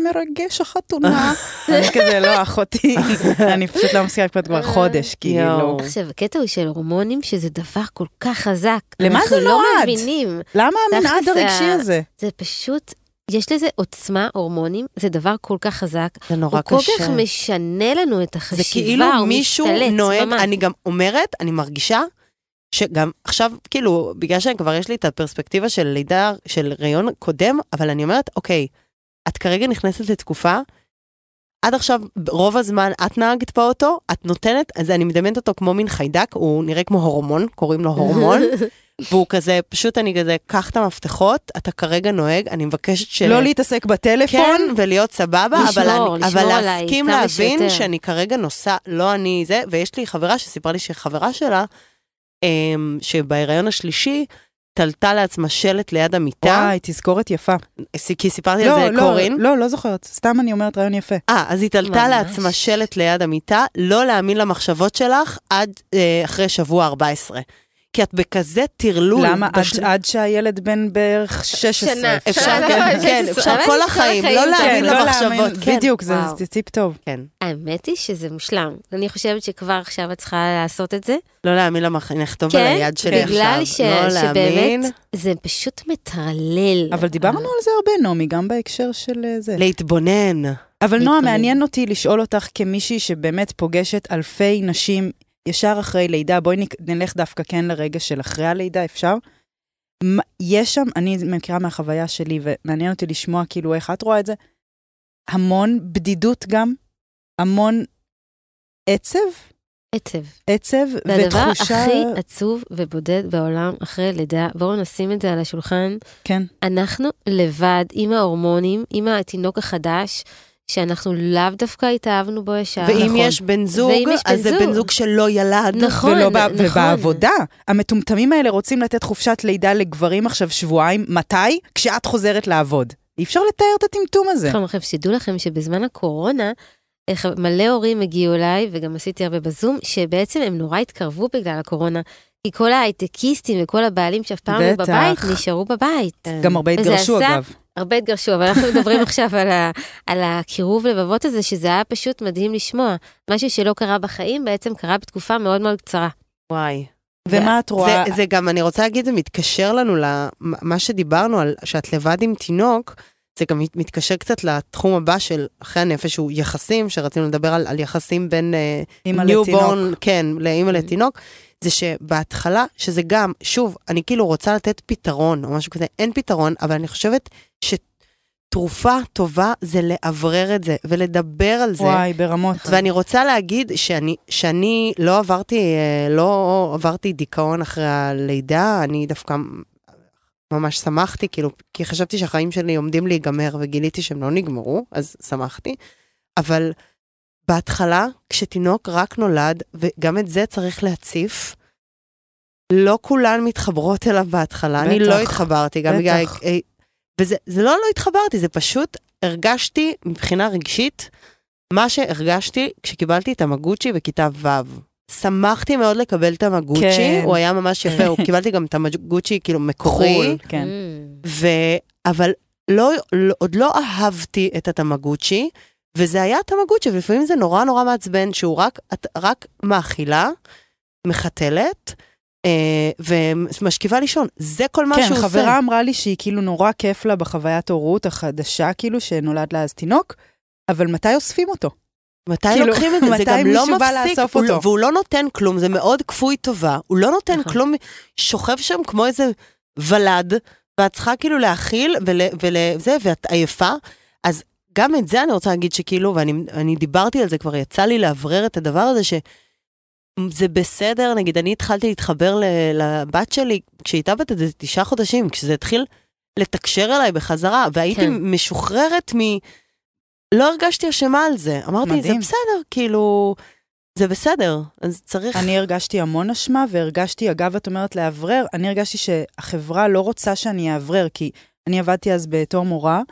B: מרגש החתונה. אני כזה, לא, אחותי, אני פשוט לא מפסיקה לקפוץ כבר חודש, כאילו.
C: אה, יואו.
D: עכשיו, הקטע הוא של הורמונים, שזה דבר כל כך חזק.
B: למה זה
D: אנחנו לא
B: נועד?
D: מבינים.
B: למה
D: תכלס,
B: המנעד הרגשי
D: ה-
B: הזה?
D: זה פשוט, יש לזה עוצמה, הורמונים, זה דבר כל כך חזק.
C: זה נורא
D: הוא
C: קשה.
D: כל כך משנה לנו את
C: זה
D: החשיבה,
C: כאילו
D: הוא
C: מישהו
D: משתלט,
C: נוהג,
D: ממש.
C: אני גם אומרת, אני מרגישה שגם עכשיו, כאילו, בגלל שכבר יש לי את הפרספקטיבה של לידה, של ראיון קודם, אבל אני אומרת, אוקיי, את כרגע נכנסת לתקופה, עד עכשיו, רוב הזמן את נהגת באוטו, את נותנת, אז אני מדמיינת אותו כמו מין חיידק, הוא נראה כמו הורמון, קוראים לו הורמון, והוא כזה, פשוט אני כזה, קח את המפתחות, אתה כרגע נוהג, אני מבקשת של...
B: לא להתעסק בטלפון?
C: כן, ולהיות סבבה,
D: לשמור,
C: אבל, אני,
D: לשמור
C: אבל
D: עליי
C: להסכים
D: כמה
C: להבין
D: שיותר.
C: שאני כרגע נוסע, לא אני זה, ויש לי חברה שסיפרה לי שחברה שלה, אמ, שבהיריון השלישי, תלתה לעצמה שלט ליד המיטה, אה,
B: וואי, תזכורת יפה.
C: כי סיפרתי על
B: לא,
C: זה
B: לא,
C: קורין.
B: לא, לא זוכרת, סתם אני אומרת רעיון יפה.
C: אה, אז היא תלתה
D: ממש.
C: לעצמה שלט ליד המיטה, לא להאמין למחשבות שלך עד אה, אחרי שבוע 14. כי את בכזה טרלול.
B: למה? עד-
C: בשל-
B: עד שהילד בן בערך 16.
D: שנה.
C: אפשר,
D: שנה,
C: כן,
D: שש
C: כן,
D: עשרה.
C: אפשר
D: אבל
C: כל
D: יש
C: החיים,
D: החיים,
C: לא
D: כן,
C: להאמין
B: כן, לא
C: למחשבות.
B: להאמין.
C: כן,
B: בדיוק, זה
D: וואו.
B: זה טיפ טוב.
C: כן.
D: האמת היא שזה מושלם. אני חושבת שכבר עכשיו את צריכה לעשות את זה.
C: לא להאמין למחשב, נכתוב על
D: כן,
C: היד שלי עכשיו.
D: בגלל ש-
C: לא להאמין.
D: שבאמת זה פשוט מטרלל.
B: אבל דיברנו על זה הרבה, נעמי, גם בהקשר של אה, זה.
C: להתבונן.
D: אה,
B: אבל נועה,
D: להתכונן.
B: מעניין אותי לשאול אותך כמישהי שבאמת פוגשת אלפי נשים ישר אחרי לידה, בואי נק- נלך דווקא כן לרגע של אחרי הלידה, אפשר? מה- יש שם, אני מכירה מהחוויה שלי, ומעניין אותי לשמוע כאילו איך את רואה את זה, המון בדידות גם, המון עצב,
D: עצב.
B: עצב
D: זה הדבר
B: ותחושה...
D: הכי עצוב ובודד בעולם אחרי לידה. בואו נשים את זה על השולחן.
B: כן.
D: אנחנו לבד עם ההורמונים, עם התינוק החדש, שאנחנו לאו דווקא התאהבנו בו ישר.
C: ואם
B: נכון.
C: יש בן זוג,
D: ואם יש
C: אז
D: בן
C: זה
D: זוג.
C: בן זוג שלא ילד.
D: נכון,
B: ולא לא ב-
D: נכון.
B: ובעבודה. המטומטמים האלה רוצים לתת חופשת לידה לגברים עכשיו שבועיים, מתי? כשאת חוזרת לעבוד. אי אפשר לתאר את הטמטום הזה.
D: נכון, עכשיו, שתדעו לכם שבזמן הקורונה, איך- מלא הורים הגיעו אליי, וגם עשיתי הרבה בזום, שבעצם הם נורא התקרבו בגלל הקורונה. כי כל ההייטקיסטים וכל הבעלים שאף פעם היו
B: בטח.
D: בבית, נשארו בבית.
C: כן.
B: גם הרבה
D: וזה
B: התגרשו
D: עשה-
B: אגב.
D: הרבה התגרשו, אבל אנחנו מדברים עכשיו על, ה, על הקירוב לבבות הזה, שזה היה פשוט מדהים לשמוע. משהו שלא קרה בחיים, בעצם קרה בתקופה מאוד מאוד קצרה.
C: וואי.
B: ומה את רואה?
C: זה, זה גם, אני רוצה להגיד, זה מתקשר לנו למה שדיברנו על שאת לבד עם תינוק, זה גם מת- מתקשר קצת לתחום הבא של אחרי הנפש, שהוא יחסים, שרצינו לדבר על, על יחסים בין אה,
B: אימא לתינוק.
C: ניובורן, כן, לאימא לתינוק, זה שבהתחלה, שזה גם, שוב, אני כאילו רוצה לתת פתרון או משהו כזה, אין פתרון, אבל אני חושבת שתרופה טובה זה לאוורר את זה ולדבר על זה.
B: וואי, ברמות.
C: ואני רוצה להגיד שאני, שאני לא עברתי, אה, לא עברתי דיכאון אחרי הלידה, אני דווקא ממש שמחתי, כאילו, כי חשבתי שהחיים שלי עומדים להיגמר, וגיליתי שהם לא נגמרו, אז שמחתי. אבל בהתחלה, כשתינוק רק נולד, וגם את זה צריך להציף, לא כולן מתחברות אליו בהתחלה. אני
B: בטח.
C: לא התחברתי, גם
B: בטח.
C: בגלל... אה, וזה זה לא לא התחברתי, זה פשוט הרגשתי מבחינה רגשית מה שהרגשתי כשקיבלתי את המגוצ'י בכיתה ו'. שמחתי מאוד לקבל את המגוצ'י,
B: כן.
C: הוא היה ממש יפה, הוא קיבלתי גם את המגוצ'י כאילו מקורי.
B: חו"ל, כן.
D: Mm.
C: ו... אבל לא, לא, עוד לא אהבתי את הטמגוצ'י, וזה היה הטמגוצ'י, ולפעמים זה נורא נורא מעצבן שהוא רק, את- רק מאכילה, מחתלת, אה, ומשכיבה לישון. זה כל מה
B: כן,
C: שהוא עושה.
B: חברה אמרה לי שהיא כאילו נורא כיף לה בחוויית הורות החדשה, כאילו שנולד לה אז תינוק, אבל מתי אוספים אותו?
C: מתי
B: כאילו,
C: לוקחים את זה? זה
B: מתי
C: גם לא
B: מישהו בא
C: מפסיק,
B: לאסוף
C: הוא,
B: אותו?
C: לא- והוא לא נותן כלום, זה מאוד כפוי טובה. הוא לא נותן
D: נכון.
C: כלום, שוכב שם כמו איזה ולד, ואת צריכה כאילו להכיל ול, ולזה, ואת עייפה. אז גם את זה אני רוצה להגיד שכאילו, ואני אני דיברתי על זה כבר, יצא לי לאוורר את הדבר הזה, שזה בסדר, נגיד, אני התחלתי להתחבר ל- לבת שלי, כשהיא הייתה בת איזה תשעה חודשים, כשזה התחיל לתקשר אליי בחזרה, והייתי
D: כן.
C: משוחררת מ... לא הרגשתי אשמה על זה. אמרתי, זה
B: מדהים.
C: בסדר, כאילו, זה בסדר, אז צריך...
B: אני הרגשתי המון אשמה, והרגשתי, אגב, את אומרת לאוורר, אני הרגשתי שהחברה לא רוצה שאני אאוורר, כי אני עבדתי אז בתור מורה,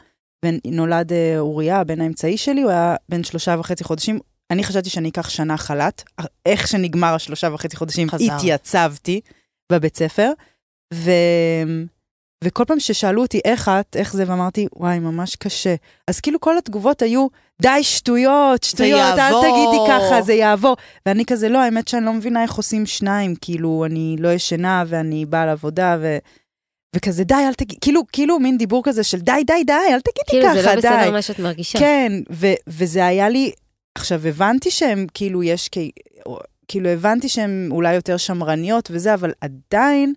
B: ונולד אה, אוריה, הבן האמצעי שלי, הוא היה בן שלושה וחצי חודשים. אני חשבתי שאני אקח שנה חל"ת, איך שנגמר השלושה וחצי חודשים,
C: חזר.
B: התייצבתי בבית ספר, ו... וכל פעם ששאלו אותי איך את, איך זה, ואמרתי, וואי, ממש קשה. אז כאילו כל התגובות היו, די, שטויות, שטויות, אל
C: יעבור."
B: תגידי ככה, זה יעבור. ואני כזה, לא, האמת שאני לא מבינה איך עושים שניים, כאילו, אני לא ישנה ואני באה לעבודה, ו... וכזה, די, אל תגיד, כאילו, כאילו מין דיבור כזה של די, די, די, אל תגידי
D: כאילו,
B: ככה,
D: זה לא
B: די.
D: בסדר מה שאת מרגישה.
B: כן, ו- וזה היה לי, עכשיו הבנתי שהם כאילו יש, כ- או- כאילו הבנתי שהן אולי יותר שמרניות וזה, אבל עדיין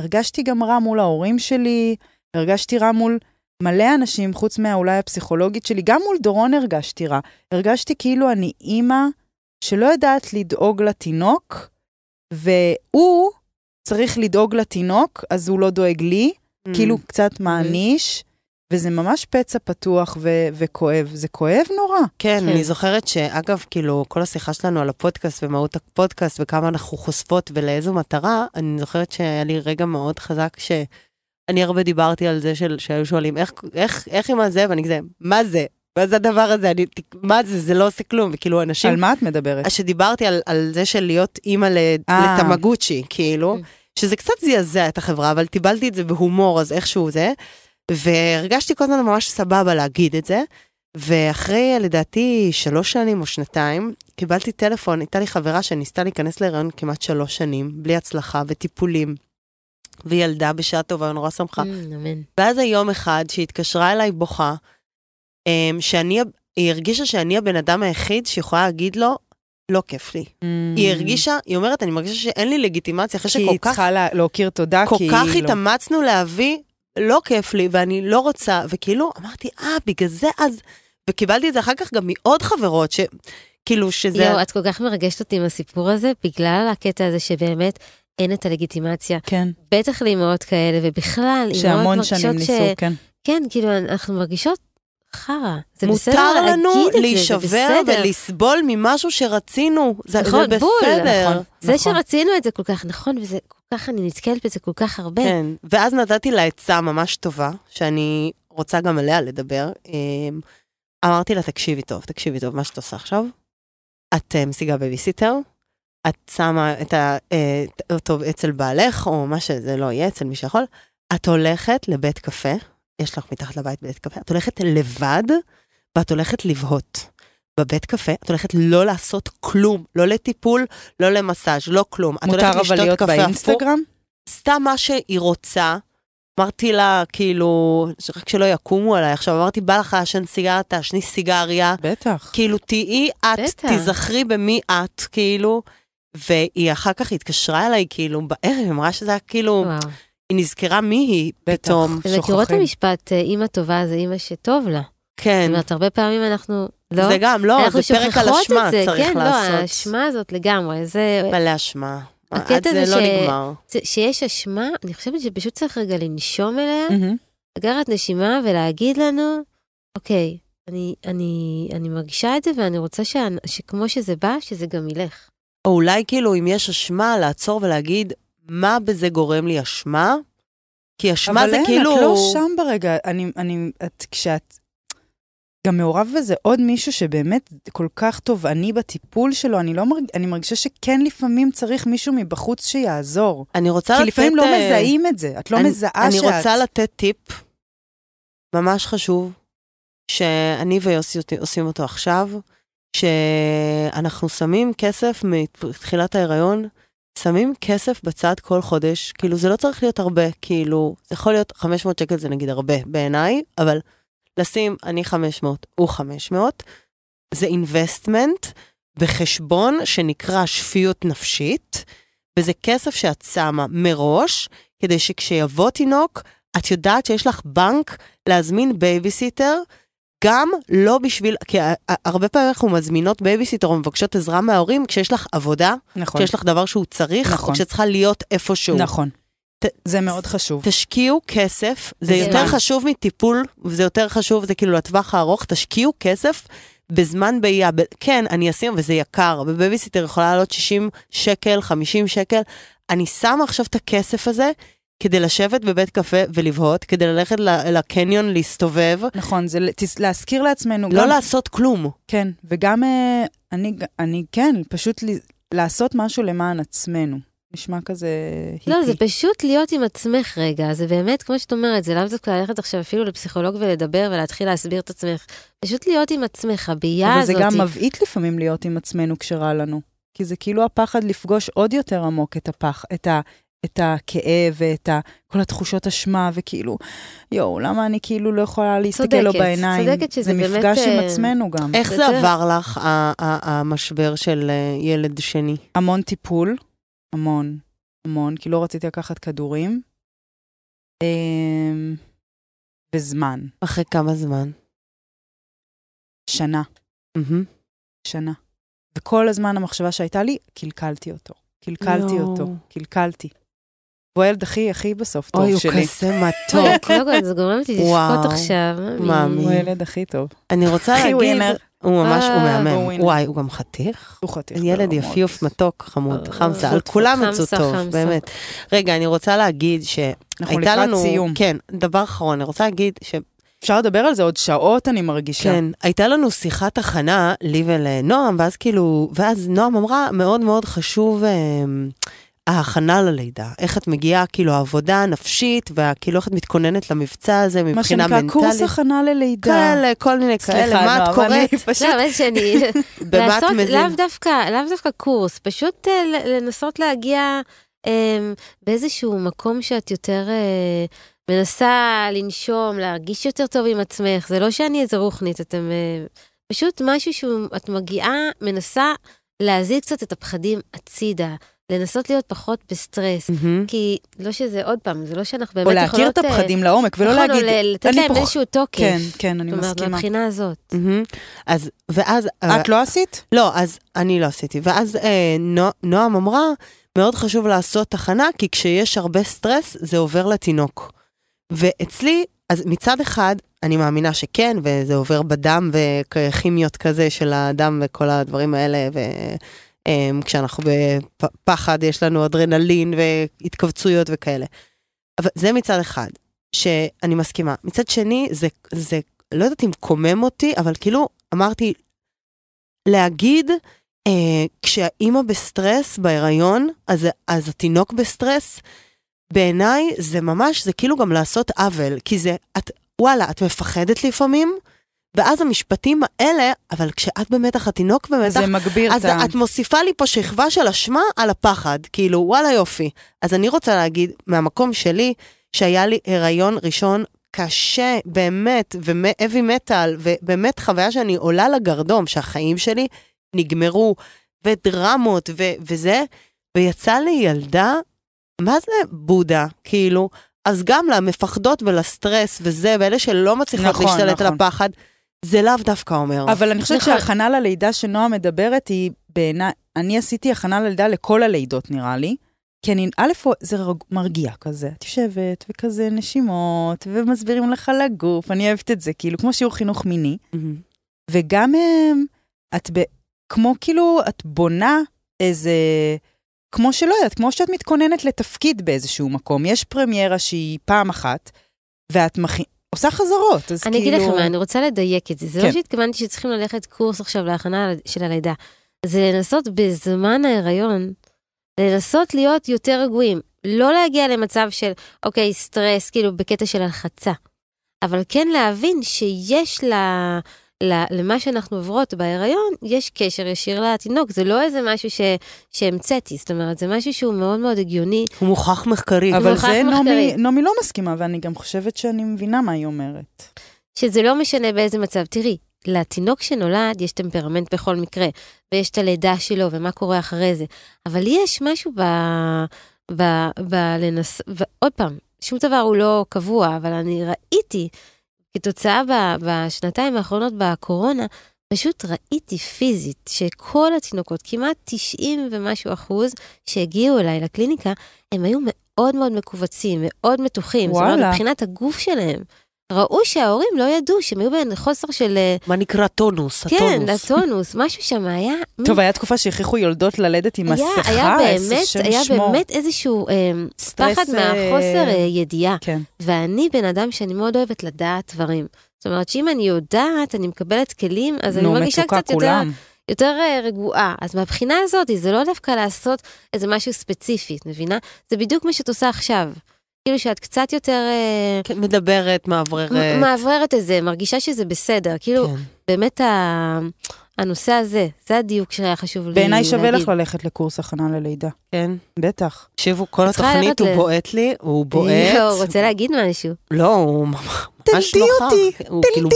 B: הרגשתי גם רע מול ההורים שלי, הרגשתי רע מול מלא אנשים, חוץ מהאולי הפסיכולוגית שלי, גם מול דורון הרגשתי רע. הרגשתי כאילו אני אימא שלא יודעת לדאוג לתינוק, והוא צריך לדאוג לתינוק, אז הוא לא דואג לי.
C: Mm.
B: כאילו קצת מעניש, וזה ממש פצע פתוח ו- וכואב. זה כואב נורא.
C: כן,
D: כן.
C: אני זוכרת שאגב, כאילו, כל השיחה שלנו על הפודקאסט ומהות הפודקאסט וכמה אנחנו חושפות ולאיזו מטרה, אני זוכרת שהיה לי רגע מאוד חזק ש... אני הרבה דיברתי על זה של, שהיו שואלים, איך, איך, איך עם הזה? ואני כזה, מה זה? מה זה הדבר הזה? אני, מה זה? זה לא עושה כלום. וכאילו, אנשים אה,
B: על מה את מדברת?
C: שדיברתי על, על זה של להיות אימא ל-
B: אה.
C: לטמגוצ'י, כאילו,
D: Mm.
C: שזה קצת זעזע את החברה, אבל טיבלתי את זה בהומור, אז איכשהו זה. והרגשתי כל הזמן ממש סבבה להגיד את זה. ואחרי, לדעתי, שלוש שנים או שנתיים, קיבלתי טלפון, הייתה לי חברה שניסתה להיכנס להיריון כמעט שלוש שנים, בלי הצלחה וטיפולים. וילדה בשעה טובה, נורא שמחה.
D: אה, אמן.
C: ואז היום אחד שהיא התקשרה אליי בוכה, אמ, שאני, ה- היא הרגישה שאני הבן אדם היחיד שיכולה להגיד לו, לא כיף לי.
D: Mm-hmm.
C: היא הרגישה, היא אומרת, אני מרגישה שאין לי לגיטימציה, אחרי
B: Mm. כי
C: שכל
B: היא
C: כך,
B: צריכה לה- להכיר תודה,
C: כל
B: כי
C: כך
B: היא לא...
C: התאמצנו להביא, לא כיף לי, ואני לא רוצה, וכאילו, אמרתי, אה, בגלל זה אז, וקיבלתי את זה אחר כך גם מעוד חברות, ש... כאילו, שזה...
D: יואו, את כל כך מרגשת אותי עם הסיפור הזה, בגלל הקטע הזה שבאמת אין את הלגיטימציה.
B: כן,
D: בטח לאימהות כאלה, ובכלל, אימהות
B: שהמון
D: מרגישות
B: שנים ניסו, כן.
D: כן, כאילו, אנחנו מרגישות חרא. זה בסדר
C: מותר לנו
D: להגיד את זה, זה
C: להישבר
D: בסדר.
C: ולסבול ממשהו שרצינו, זה זה
D: נכון, בול.
C: בסדר.
B: נכון.
D: זה שרצינו את זה כל כך נכון, וזה כל כך, אני נתקלת בזה כל כך הרבה.
C: כן, ואז נתתי לה עצה ממש טובה, שאני רוצה גם עליה לדבר. אמ, אמרתי לה, תקשיבי טוב, תקשיבי טוב, מה שאת עושה עכשיו, את אה, משיגה בייביסיטר, את שמה את ה... אה, ת- אותו אצל בעלך, או מה שזה לא יהיה, אצל מי שיכול, את הולכת לבית קפה, יש לך מתחת לבית בית קפה, את הולכת לבד, ואת הולכת לבהות. בבית קפה, את הולכת לא לעשות כלום, לא לטיפול, לא למסאז', לא כלום. את
B: מותר
C: הולכת
B: אבל
C: לשתות
B: להיות
C: קפה הפוך.
B: באינסטגרם?
C: סתם מה שהיא רוצה. אמרתי לה, כאילו, רק שלא יקומו עליי. עכשיו אמרתי, בא לך לעשן סיגריה, תעשני סיגריה.
B: בטח.
C: כאילו, תהיי את,
D: בטח.
C: תיזכרי במי את, כאילו. והיא אחר כך התקשרה אליי, כאילו, בערב, היא אמרה שזה היה כאילו,
D: וואו.
C: היא נזכרה מי היא
B: בטח.
C: פתאום.
D: אתם מכירות את
B: שוכחים.
D: המשפט, אה, אימא טובה זה אימא שטוב לה.
C: כן.
D: זאת אומרת, הרבה פעמים אנחנו, לא?
C: זה גם, לא,
D: אנחנו
C: זה פרק על
D: שוכחות
C: אשמה
D: את זה,
C: צריך
D: כן, כן, לא,
C: לעשות.
D: האשמה הזאת לגמרי. זה,
C: מלא אשמה.
D: הקטע
C: עד זה
D: זה
C: לא
D: ש-
C: נגמר.
D: זה, שיש אשמה, אני חושבת שפשוט צריך רגע לנשום אליה,
B: מהמם.
D: לקחת נשימה ולהגיד לנו, אוקיי, אני, אני, אני מרגישה את זה ואני רוצה ש, שכמו שזה בא, שזה גם ילך.
C: או אולי כאילו אם יש אשמה, לעצור ולהגיד, מה בזה גורם לי אשמה? כי אשמה
B: אבל
C: זה
B: אין,
C: כאילו...
B: את לא שם ברגע. אני, אני, את, כשאת... גם מעורב בזה עוד מישהו שבאמת כל כך תובעני בטיפול שלו, אני לא מרג... אני מרגישה שכן לפעמים צריך מישהו מבחוץ שיעזור.
C: אני רוצה
B: כי
C: לתת...
B: לפעמים לא
C: אה,
B: מזהים את זה, את לא
C: אני-
B: מזהה שאת...
C: אני רוצה לתת טיפ ממש חשוב, שאני ויוסי אותי- עושים אותו עכשיו, שאנחנו שמים כסף מתחילת ההיריון, שמים כסף בצד כל חודש, כאילו זה לא צריך להיות הרבה, כאילו, זה יכול להיות 500 שקל זה נגיד הרבה בעיניי, אבל לשים אני 500, הוא 500, זה אינבסטמנט בחשבון שנקרא שפיות נפשית, וזה כסף שאת שמה מראש, כדי שכשיבוא תינוק, את יודעת שיש לך בנק להזמין בייביסיטר, גם לא בשביל, כי ה- ה- הרבה פעמים אנחנו מזמינות בייביסיטר או מבקשות עזרה מההורים כשיש לך עבודה,
B: נכון,
C: כשיש לך דבר שהוא צריך,
B: נכון.
C: או כשצריכה להיות איפשהו.
B: נכון.
C: ת-
B: זה מאוד חשוב.
C: תשקיעו כסף, זה
D: בזמן.
C: יותר חשוב מטיפול, זה יותר חשוב, זה כאילו לטווח הארוך, תשקיעו כסף בזמן באייה. ב- כן, אני אשים, וזה יקר, בבייביסיטר יכולה לעלות 60 שקל, 50 שקל. אני שמה עכשיו את הכסף הזה כדי לשבת בבית קפה ולבהות, כדי ללכת ל- לקניון להסתובב,
B: נכון, זה לתס- להזכיר לעצמנו
C: לא
B: גם...
C: לעשות כלום.
B: כן, וגם אה, אני, אני כן, פשוט ל- לעשות משהו למען עצמנו. נשמע כזה
C: כן,
B: היפי.
D: לא, זה פשוט להיות עם עצמך רגע, זה באמת, כמו שאת אומרת, זה לאו דווקא ללכת עכשיו אפילו לפסיכולוג ולדבר ולהתחיל להסביר את עצמך. פשוט להיות עם עצמך, הבייה
B: אבל זה
D: הזאת.
B: גם מבעית לפעמים להיות עם עצמנו כשרע לנו. כי זה כאילו הפחד לפגוש עוד יותר עמוק את הפח, את, ה, את הכאב ואת ה, כל התחושות אשמה, וכאילו, יואו, למה אני כאילו לא יכולה להסתכל לו
D: צודקת,
B: בעיניים?
D: צודקת שזה
B: זה
D: באמת,
B: מפגש עם
D: אה,
B: עצמנו גם.
C: איך זה
D: בסדר.
C: עבר לך, ה- ה- המשבר של אה, ילד שני?
B: המון טיפול, המון, המון, כי לא רציתי לקחת כדורים. אמ, וזמן,
C: אחרי כמה זמן?
B: שנה,
C: מהמם.
B: שנה. וכל הזמן המחשבה שהייתה לי, קלקלתי אותו. קלקלתי
C: יואו.
B: אותו, קלקלתי. והוא הילד הכי הכי בסוף טוב
C: אוי, הוא
B: שלי.
C: כזה
D: טוב,
C: מתוק.
D: קודם כל, זה גורם לי
C: וואו,
D: לבכות עכשיו.
C: מאמי.
B: הוא הילד הכי טוב.
C: אני רוצה
B: אחי
C: להגיד,
B: ווינר.
C: הוא ממש, הוא
D: אה,
B: והוא
C: מהמם.
B: ווינר.
C: וואי, הוא גם חתיך.
B: הוא חתיך.
C: ילד
B: ברמות.
C: יפיוף, מתוק, חמוד,
D: אה,
C: חמסה, על
D: חמסה,
C: כולם יצאו
D: חמסה,
C: טוב,
D: חמסה.
C: באמת. רגע, אני רוצה להגיד שהייתה
B: אנחנו לקראת
C: לנו...
B: סיום. כן.
C: כן, דבר אחרון, אני רוצה להגיד ש...
B: אפשר לדבר על זה עוד שעות, אני מרגישה.
C: כן, הייתה לנו שיחת הכנה, לי ולנועם, ואז כאילו, ואז נועם אמרה, מאוד מאוד חשוב, אמ, ההכנה ללידה, איך את מגיעה, כאילו העבודה הנפשית, וכאילו איך את מתכוננת למבצע הזה
B: מה
C: מבחינה
B: שנקרא,
C: מנטלית. כן,
B: קורס הכנה ללידה.
C: כאלה, כל מיני כאלה,
B: סליחה,
C: מה את
B: נועם, אני
C: קוראת?
B: פשוט...
D: לא, באמת שאני...
C: במה את
D: לעשות לאו
C: מזין?
D: דווקא, לאו דווקא קורס, פשוט אה, ל- לנסות להגיע אה, באיזשהו מקום שאת יותר אה, מנסה לנשום, להרגיש יותר טוב עם עצמך. זה לא שאני איזה רוחנית, אתם... אה, פשוט משהו שאת מגיעה, מנסה להזיז קצת את הפחדים הצידה, לנסות להיות פחות בסטרס.
C: מהמם.
D: כי לא שזה, עוד פעם, זה לא שאנחנו באמת
B: Mm-hmm. או
D: יכולות...
B: להכיר את
D: אה,
B: הפחדים לעומק, ולא
D: נכון, או
B: להגיד...
D: ל- לתת
B: "אני
D: להם
B: פוח-"
D: איזשהו תוקף.
B: כן, כן, אני
D: זאת אומרת,
B: מסכימה.
D: מהבחינה הזאת.
C: מהמם. Mm-hmm. אז, ואז... אה,
B: את לא עשית?
C: לא, אז אני לא עשיתי. ואז אה, נו, נועם אמרה, מאוד חשוב לעשות תחנה, כי כשיש הרבה סטרס, זה עובר לתינוק. ואצלי, אז מצד אחד, אני מאמינה שכן, וזה עובר בדם וכימיות כזה של הדם וכל הדברים האלה, ו... אה, כשאנחנו בפחד, יש לנו אדרנלין והתכווצויות וכאלה. אבל זה מצד אחד, שאני מסכימה. מצד שני, זה, זה לא יודעת אם קומם אותי, אבל כאילו, אמרתי, להגיד, אה, כשהאימא בסטרס בהיריון, אז, אז התינוק בסטרס, בעיניי זה ממש, זה כאילו גם לעשות עוול, כי זה, את, וואלה, את מפחדת לפעמים, ואז המשפטים האלה, אבל כשאת במתח, התינוק במתח,
B: זה מגביר את
C: אז
B: ה...
C: את מוסיפה לי פה שכבה של אשמה על הפחד, כאילו, וואלה יופי. אז אני רוצה להגיד, מהמקום שלי, שהיה לי הריון ראשון קשה, באמת, והאבי מטאל, ובאמת חוויה שאני עולה לגרדום, שהחיים שלי נגמרו, ודרמות, ו- וזה, ויצא לי ילדה, מה זה בודה, כאילו? אז גם למפחדות ולסטרס וזה, ואלה שלא מצליחות
B: נכון,
C: להשתלט על
B: נכון.
C: הפחד, זה לאו דווקא אומר.
B: אבל אני חושבת
D: נכון.
B: שההכנה ללידה שנועה מדברת היא בעיניי, אני עשיתי הכנה ללידה לכל הלידות נראה לי. כי אני, א', זה רג- מרגיע כזה, את יושבת וכזה נשימות, ומסבירים לך על הגוף, אני אוהבת את זה, כאילו, כמו שיעור חינוך מיני.
C: מהמם.
B: וגם אמ, את ב... כמו כאילו, את בונה איזה... כמו שלא יודעת, כמו שאת מתכוננת לתפקיד באיזשהו מקום. יש פרמיירה שהיא פעם אחת, ואת מכ... עושה חזרות, אז
D: אני
B: כאילו...
D: אגיד לכם מה, אני רוצה לדייק את זה. זה
B: כן.
D: לא שהתכוונתי שצריכים ללכת קורס עכשיו להכנה ל- של הלידה. זה לנסות בזמן ההיריון, לנסות להיות יותר רגועים. לא להגיע למצב של, אוקיי, סטרס, כאילו בקטע של הלחצה. אבל כן להבין שיש ל... ל- למה שאנחנו עוברות בהיריון, יש קשר ישיר לתינוק. זה לא איזה משהו ש... שהמצאתי, זאת אומרת, זה משהו שהוא מאוד מאוד הגיוני.
C: הוא מוכח מחקרית.
B: אבל
D: מוכח
B: זה נעמי,
D: מחקרית.
B: נעמי לא מסכימה, ואני גם חושבת שאני מבינה מה היא אומרת.
D: שזה לא משנה באיזה מצב. תראי, לתינוק שנולד יש טמפרמנט בכל מקרה, ויש את הלידה שלו ומה קורה אחרי זה, אבל יש משהו ב... ב... ב... לנס... ב... עוד פעם, שום דבר הוא לא קבוע, אבל אני ראיתי, כתוצאה ב... בשנתיים האחרונות בקורונה, פשוט ראיתי פיזית שכל התינוקות, כמעט 90 ומשהו אחוז שהגיעו אליי לקליניקה, הם היו מאוד מאוד מכווצים, מאוד מתוחים. זאת
B: וואלה.
D: אומרת, מבחינת הגוף שלהם. ראו שההורים לא ידעו שהם היו בהם חוסר של... אה,
C: מה נקרא טונוס,
D: כן,
C: הטונוס.
D: הטונוס, משהו שם היה... מין-
B: טוב, היה תקופה שהכריחו יולדות ללדת עם
D: היה-
B: מסכה,
D: היה
B: איזה
D: באמת,
B: שם
D: היה
B: שמור.
D: באמת איזשהו אה,
B: סטרס,
D: פחד
B: אה,
D: מהחוסר אה, ידיעה.
B: כן.
D: ואני בן אדם שאני מאוד אוהבת לדעת דברים. זאת אומרת שאם אני יודעת, אני מקבלת כלים, אז אני
B: נו,
D: מרגישה
B: מתוקה
D: קצת יותר,
B: כולם.
D: יותר אה, רגועה. אז מהבחינה הזאת, זה לא דווקא לעשות איזה משהו ספציפי, את מבינה? זה בדיוק מה שאת עושה עכשיו. כאילו שאת קצת יותר אה,
C: כן, מדברת, מאווררת.
D: מ- מאווררת את זה, מרגישה שזה בסדר. כאילו,
C: כן.
D: באמת ה... הנושא הזה, זה הדיוק שהיה חשוב לי
B: בעיניי שווה
D: להגיד.
B: לך ללכת לקורס הכנה לללידה.
C: כן.
B: בטח.
C: תקשיבו, כל
D: צריכה
C: התוכנית,
D: לרדת
C: הוא
D: ל-
C: בועט לי, הוא
D: לא, הוא
C: בועט.
D: רוצה להגיד משהו.
C: לא, הוא ממש ממש
B: תלדי
C: נוכח.
B: אותי,
C: הוא
B: תלדי
C: כאילו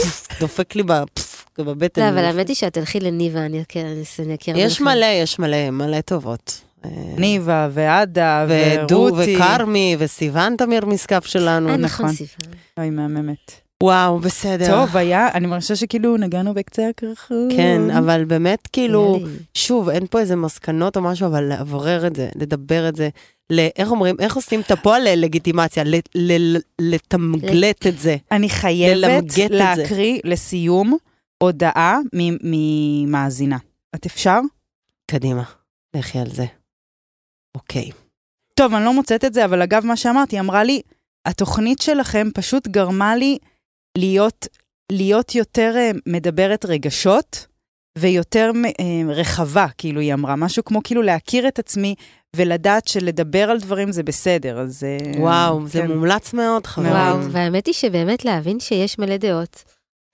B: אותי.
C: דופק לי בפפפ, בבטן.
D: לא, אבל האמת היא שאת תלכי לניבה, אני אכיר אני אכיר
C: יש
D: לך.
C: מלא, יש מלא, מלא טובות. אה,
D: כן.
B: ניבה ועדה
C: ודו
B: ורותי.
C: וכרמי וסיוון תמיר משקף שלנו.
D: אה,
B: נכון.
D: נכון, סיפרה.
B: אוי, מהממת.
C: וואו, בסדר.
D: אה.
B: טוב, היה, אני מרגישה שכאילו נגענו בקצה הקרחון.
C: כן,
D: Mm.
C: אבל באמת כאילו,
D: היה לי-
C: שוב, אין פה איזה מסקנות או משהו, אבל לאוורר את זה, לדבר את זה. ל- איך אומרים, איך עושים את הפועל ללגיטימציה? ל- ל- לתמגלט את זה.
B: אני חייבת
C: ללמגט את זה.
B: להקריא לסיום הודעה מ- ממאזינה. את אפשר?
C: קדימה, לכי על זה. אוקיי.
B: טוב, אני לא מוצאת את זה, אבל אגב, מה שאמרתי, היא אמרה לי, התוכנית שלכם פשוט גרמה לי להיות, להיות יותר אה, מדברת רגשות, ויותר אה, רחבה, כאילו היא אמרה, משהו כמו כאילו להכיר את עצמי ולדעת שלדבר על דברים זה בסדר, אז... אה,
C: וואו, זה
B: כן.
C: מומלץ מאוד, חברים.
D: וואו, והאמת היא שבאמת להבין שיש מלא דעות,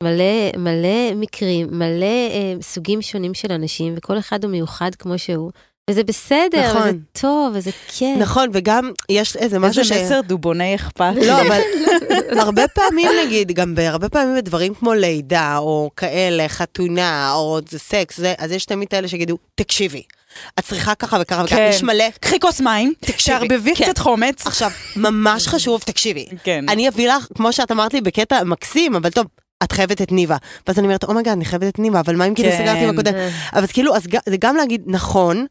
D: מלא, מלא מקרים, מלא אה, סוגים שונים של אנשים, וכל אחד הוא מיוחד כמו שהוא, וזה בסדר,
C: נכון.
D: וזה טוב, וזה כיף.
C: נכון, וגם יש איזה
B: איזה
C: משהו ש...
B: מסר דובוני אכפת.
C: לא, אבל הרבה פעמים נגיד, גם בהרבה פעמים בדברים כמו לידה, או כאלה, חתונה, או זה סקס, זה, אז יש תמיד אלה שיגידו, תקשיבי, את צריכה ככה וככה וככה,
B: כן.
C: יש מלא,
B: קחי כוס מים,
C: תקשיבי.
B: תערבבי
C: כן.
B: קצת חומץ.
C: עכשיו, ממש חשוב, תקשיבי.
B: כן.
C: אני אביא לך, כמו שאת אמרת לי, בקטע מקסים, אבל טוב. את חייבת את ניבה. ואז אני אומרת, אומייגאד, אני חייבת את ניבה, אבל מה אם כאילו
B: כן.
C: סגרתי עם הקודם?
D: אה,
C: אבל כאילו, אז ג- זה גם להגיד, נכון,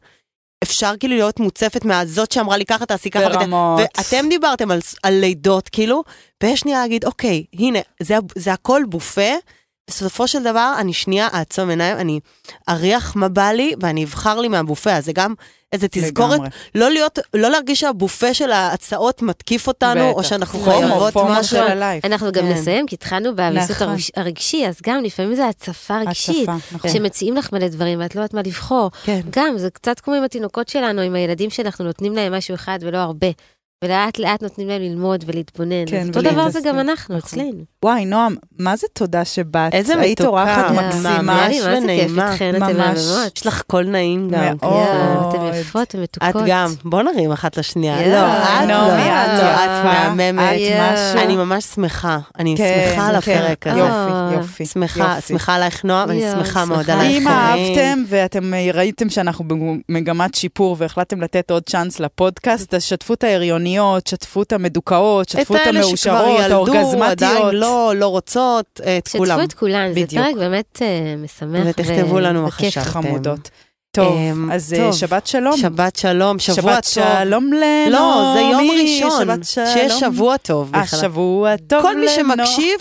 C: אפשר כאילו להיות מוצפת מהזאת שאמרה לי ככה, תעשי ככה. ות-
B: ברמות.
C: ואתם דיברתם על, ס- על לידות, כאילו, ויש שנייה להגיד, אוקיי, הנה, זה, ה- זה הכל בופה, בסופו של דבר, אני שנייה אעצום עיניים, אני אריח מה בא לי, ואני אבחר לי מהבופה, אז זה גם איזה תזכורת,
B: לגמרי.
C: לא להיות, לא להרגיש שהבופה של ההצעות מתקיף אותנו, או
B: בטח.
C: שאנחנו
D: פומו,
B: פומו,
C: חייבות
B: פומו
C: משהו.
B: של הלייב.
D: אנחנו גם
C: כן.
D: נסיים, כי התחלנו בהביסות
B: נכון.
D: הרגש- הרגשי, אז גם לפעמים זה הצפה רגשית,
B: הצפה, נכון.
D: שמציעים לך מלא דברים ואת לא יודעת מה לבחור.
C: כן.
D: גם, זה קצת כמו עם התינוקות שלנו, עם הילדים שאנחנו נותנים להם משהו אחד ולא הרבה. ולאט לאט נותנים להם ללמוד ולהתבונן.
B: כן,
D: אז אותו דבר זה
B: ולהתעסק.
D: גם אנחנו,
B: נכון.
D: אצלנו.
B: וואי, נועם, מה זה תודה שבאת.
C: איזה
B: היית
C: מתוקה.
B: אורחת
D: יואו,
B: מקסימה.
D: היה לי מה זה כיף
C: אה, ונעימה.
D: איתכן,
B: ממש.
D: אתן מהממות.
C: יש לך קול נעים גם.
B: מאוד.
C: כזה.
D: יואו, אתן
B: מאוד.
D: יפות
C: את
D: ומתוקות.
C: גם, בוא נרים אחת לשנייה.
D: יואו,
C: לא, את לא,
B: נעמי,
C: את לא, את
B: יפה.
C: מהממת.
B: את משהו.
C: אני ממש שמחה, אני
B: כן,
C: שמחה על
B: כן.
C: הפרק הזה.
B: יופי,
D: אה.
B: יופי.
C: שמחה,
B: יופי.
C: שמחה עלייך נועה, ואני
D: יואו,
C: שמחה מאוד
D: שמחה.
C: עלייך.
B: אם
C: חברים.
B: אהבתם ואתם אה, ראיתם שאנחנו במגמת שיפור והחלטתם לתת עוד צ'אנס לפודקאסט, אז שתפו את ההריוניות, שתפו את המדוכאות, שתפו את המאושרות, האורגזמטיות.
C: עדיין לא, לא רוצות, אה, את כולם.
D: שתפו את כולן, זה
C: בדיוק.
D: פרק באמת אה, משמח.
C: ותכתבו
D: ו-
C: לנו מה
D: וכיף.
C: חשבתם.
B: חמודות. טוב,
C: אמ,
B: אז אה,
C: טוב.
B: שבת שלום.
C: שבת שלום, שבוע טוב.
B: שבת שלום לנעמי.
C: לא, זה יום ראשון.
B: שבת שלום.
C: שיהיה שבוע טוב
B: אה,
C: בכלל.
B: שבוע טוב
C: כל מי
B: לנעמי.
C: שמקשיב,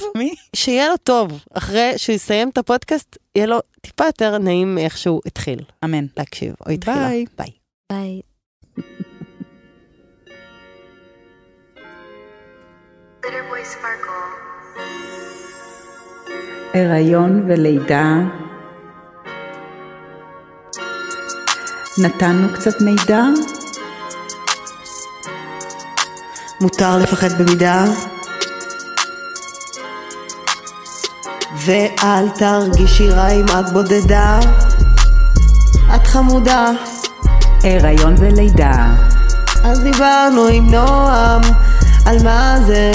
C: שיהיה לו טוב. אחרי שהוא יסיים את הפודקאסט, יהיה לו טיפה יותר נעים מאיך שהוא התחיל
B: אמן.
C: להקשיב, או התחילה.
B: ביי.
C: ביי.
D: ביי.
E: Glitter Boy Sparkle.
F: הריון ולידה. נתנו קצת מידע?
G: מותר לפחד במידה. ואל תרגישי רע אם את בודדה. את חמודה,
F: הריון ולידה.
G: אז דיברנו עם נועם על מה זה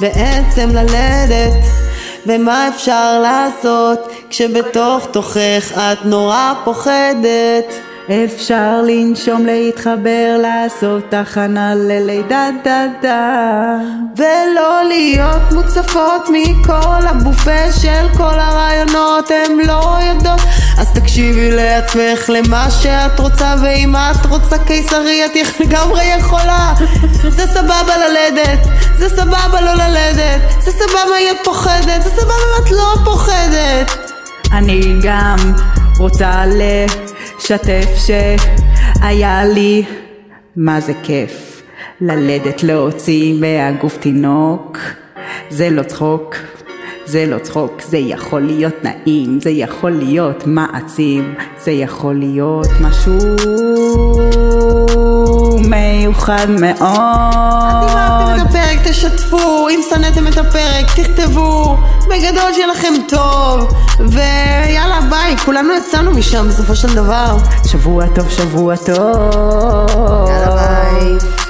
G: בעצם ללדת ומה אפשר לעשות כשבתוך תוכך את נורא פוחדת.
F: אפשר לנשום, להתחבר, לעשות הכנה ללידה דה דה.
G: ולא להיות מוצפות מכל הבופה של כל הרעיונות, הן לא יודעות. אז תקשיבי לעצמך למה שאת רוצה, ואם את רוצה קיסרי, את יכ- לגמרי יכולה. זה סבבה ללדת, זה סבבה לא ללדת, זה סבבה אם את פוחדת, זה סבבה אם את לא פוחדת.
F: אני גם רוצה לשתף שהיה לי מה זה כיף ללדת להוציא מהגוף תינוק זה לא צחוק זה לא צחוק זה יכול להיות נעים זה יכול להיות מעצים זה יכול להיות משהו מיוחד מאוד
G: אם אהבתם את הפרק תשתפו, אם שנאתם את הפרק תכתבו, בגדול שיהיה לכם טוב, ויאללה ביי, כולנו יצאנו משם בסופו של דבר.
F: שבוע טוב שבוע טוב
G: יאללה ביי.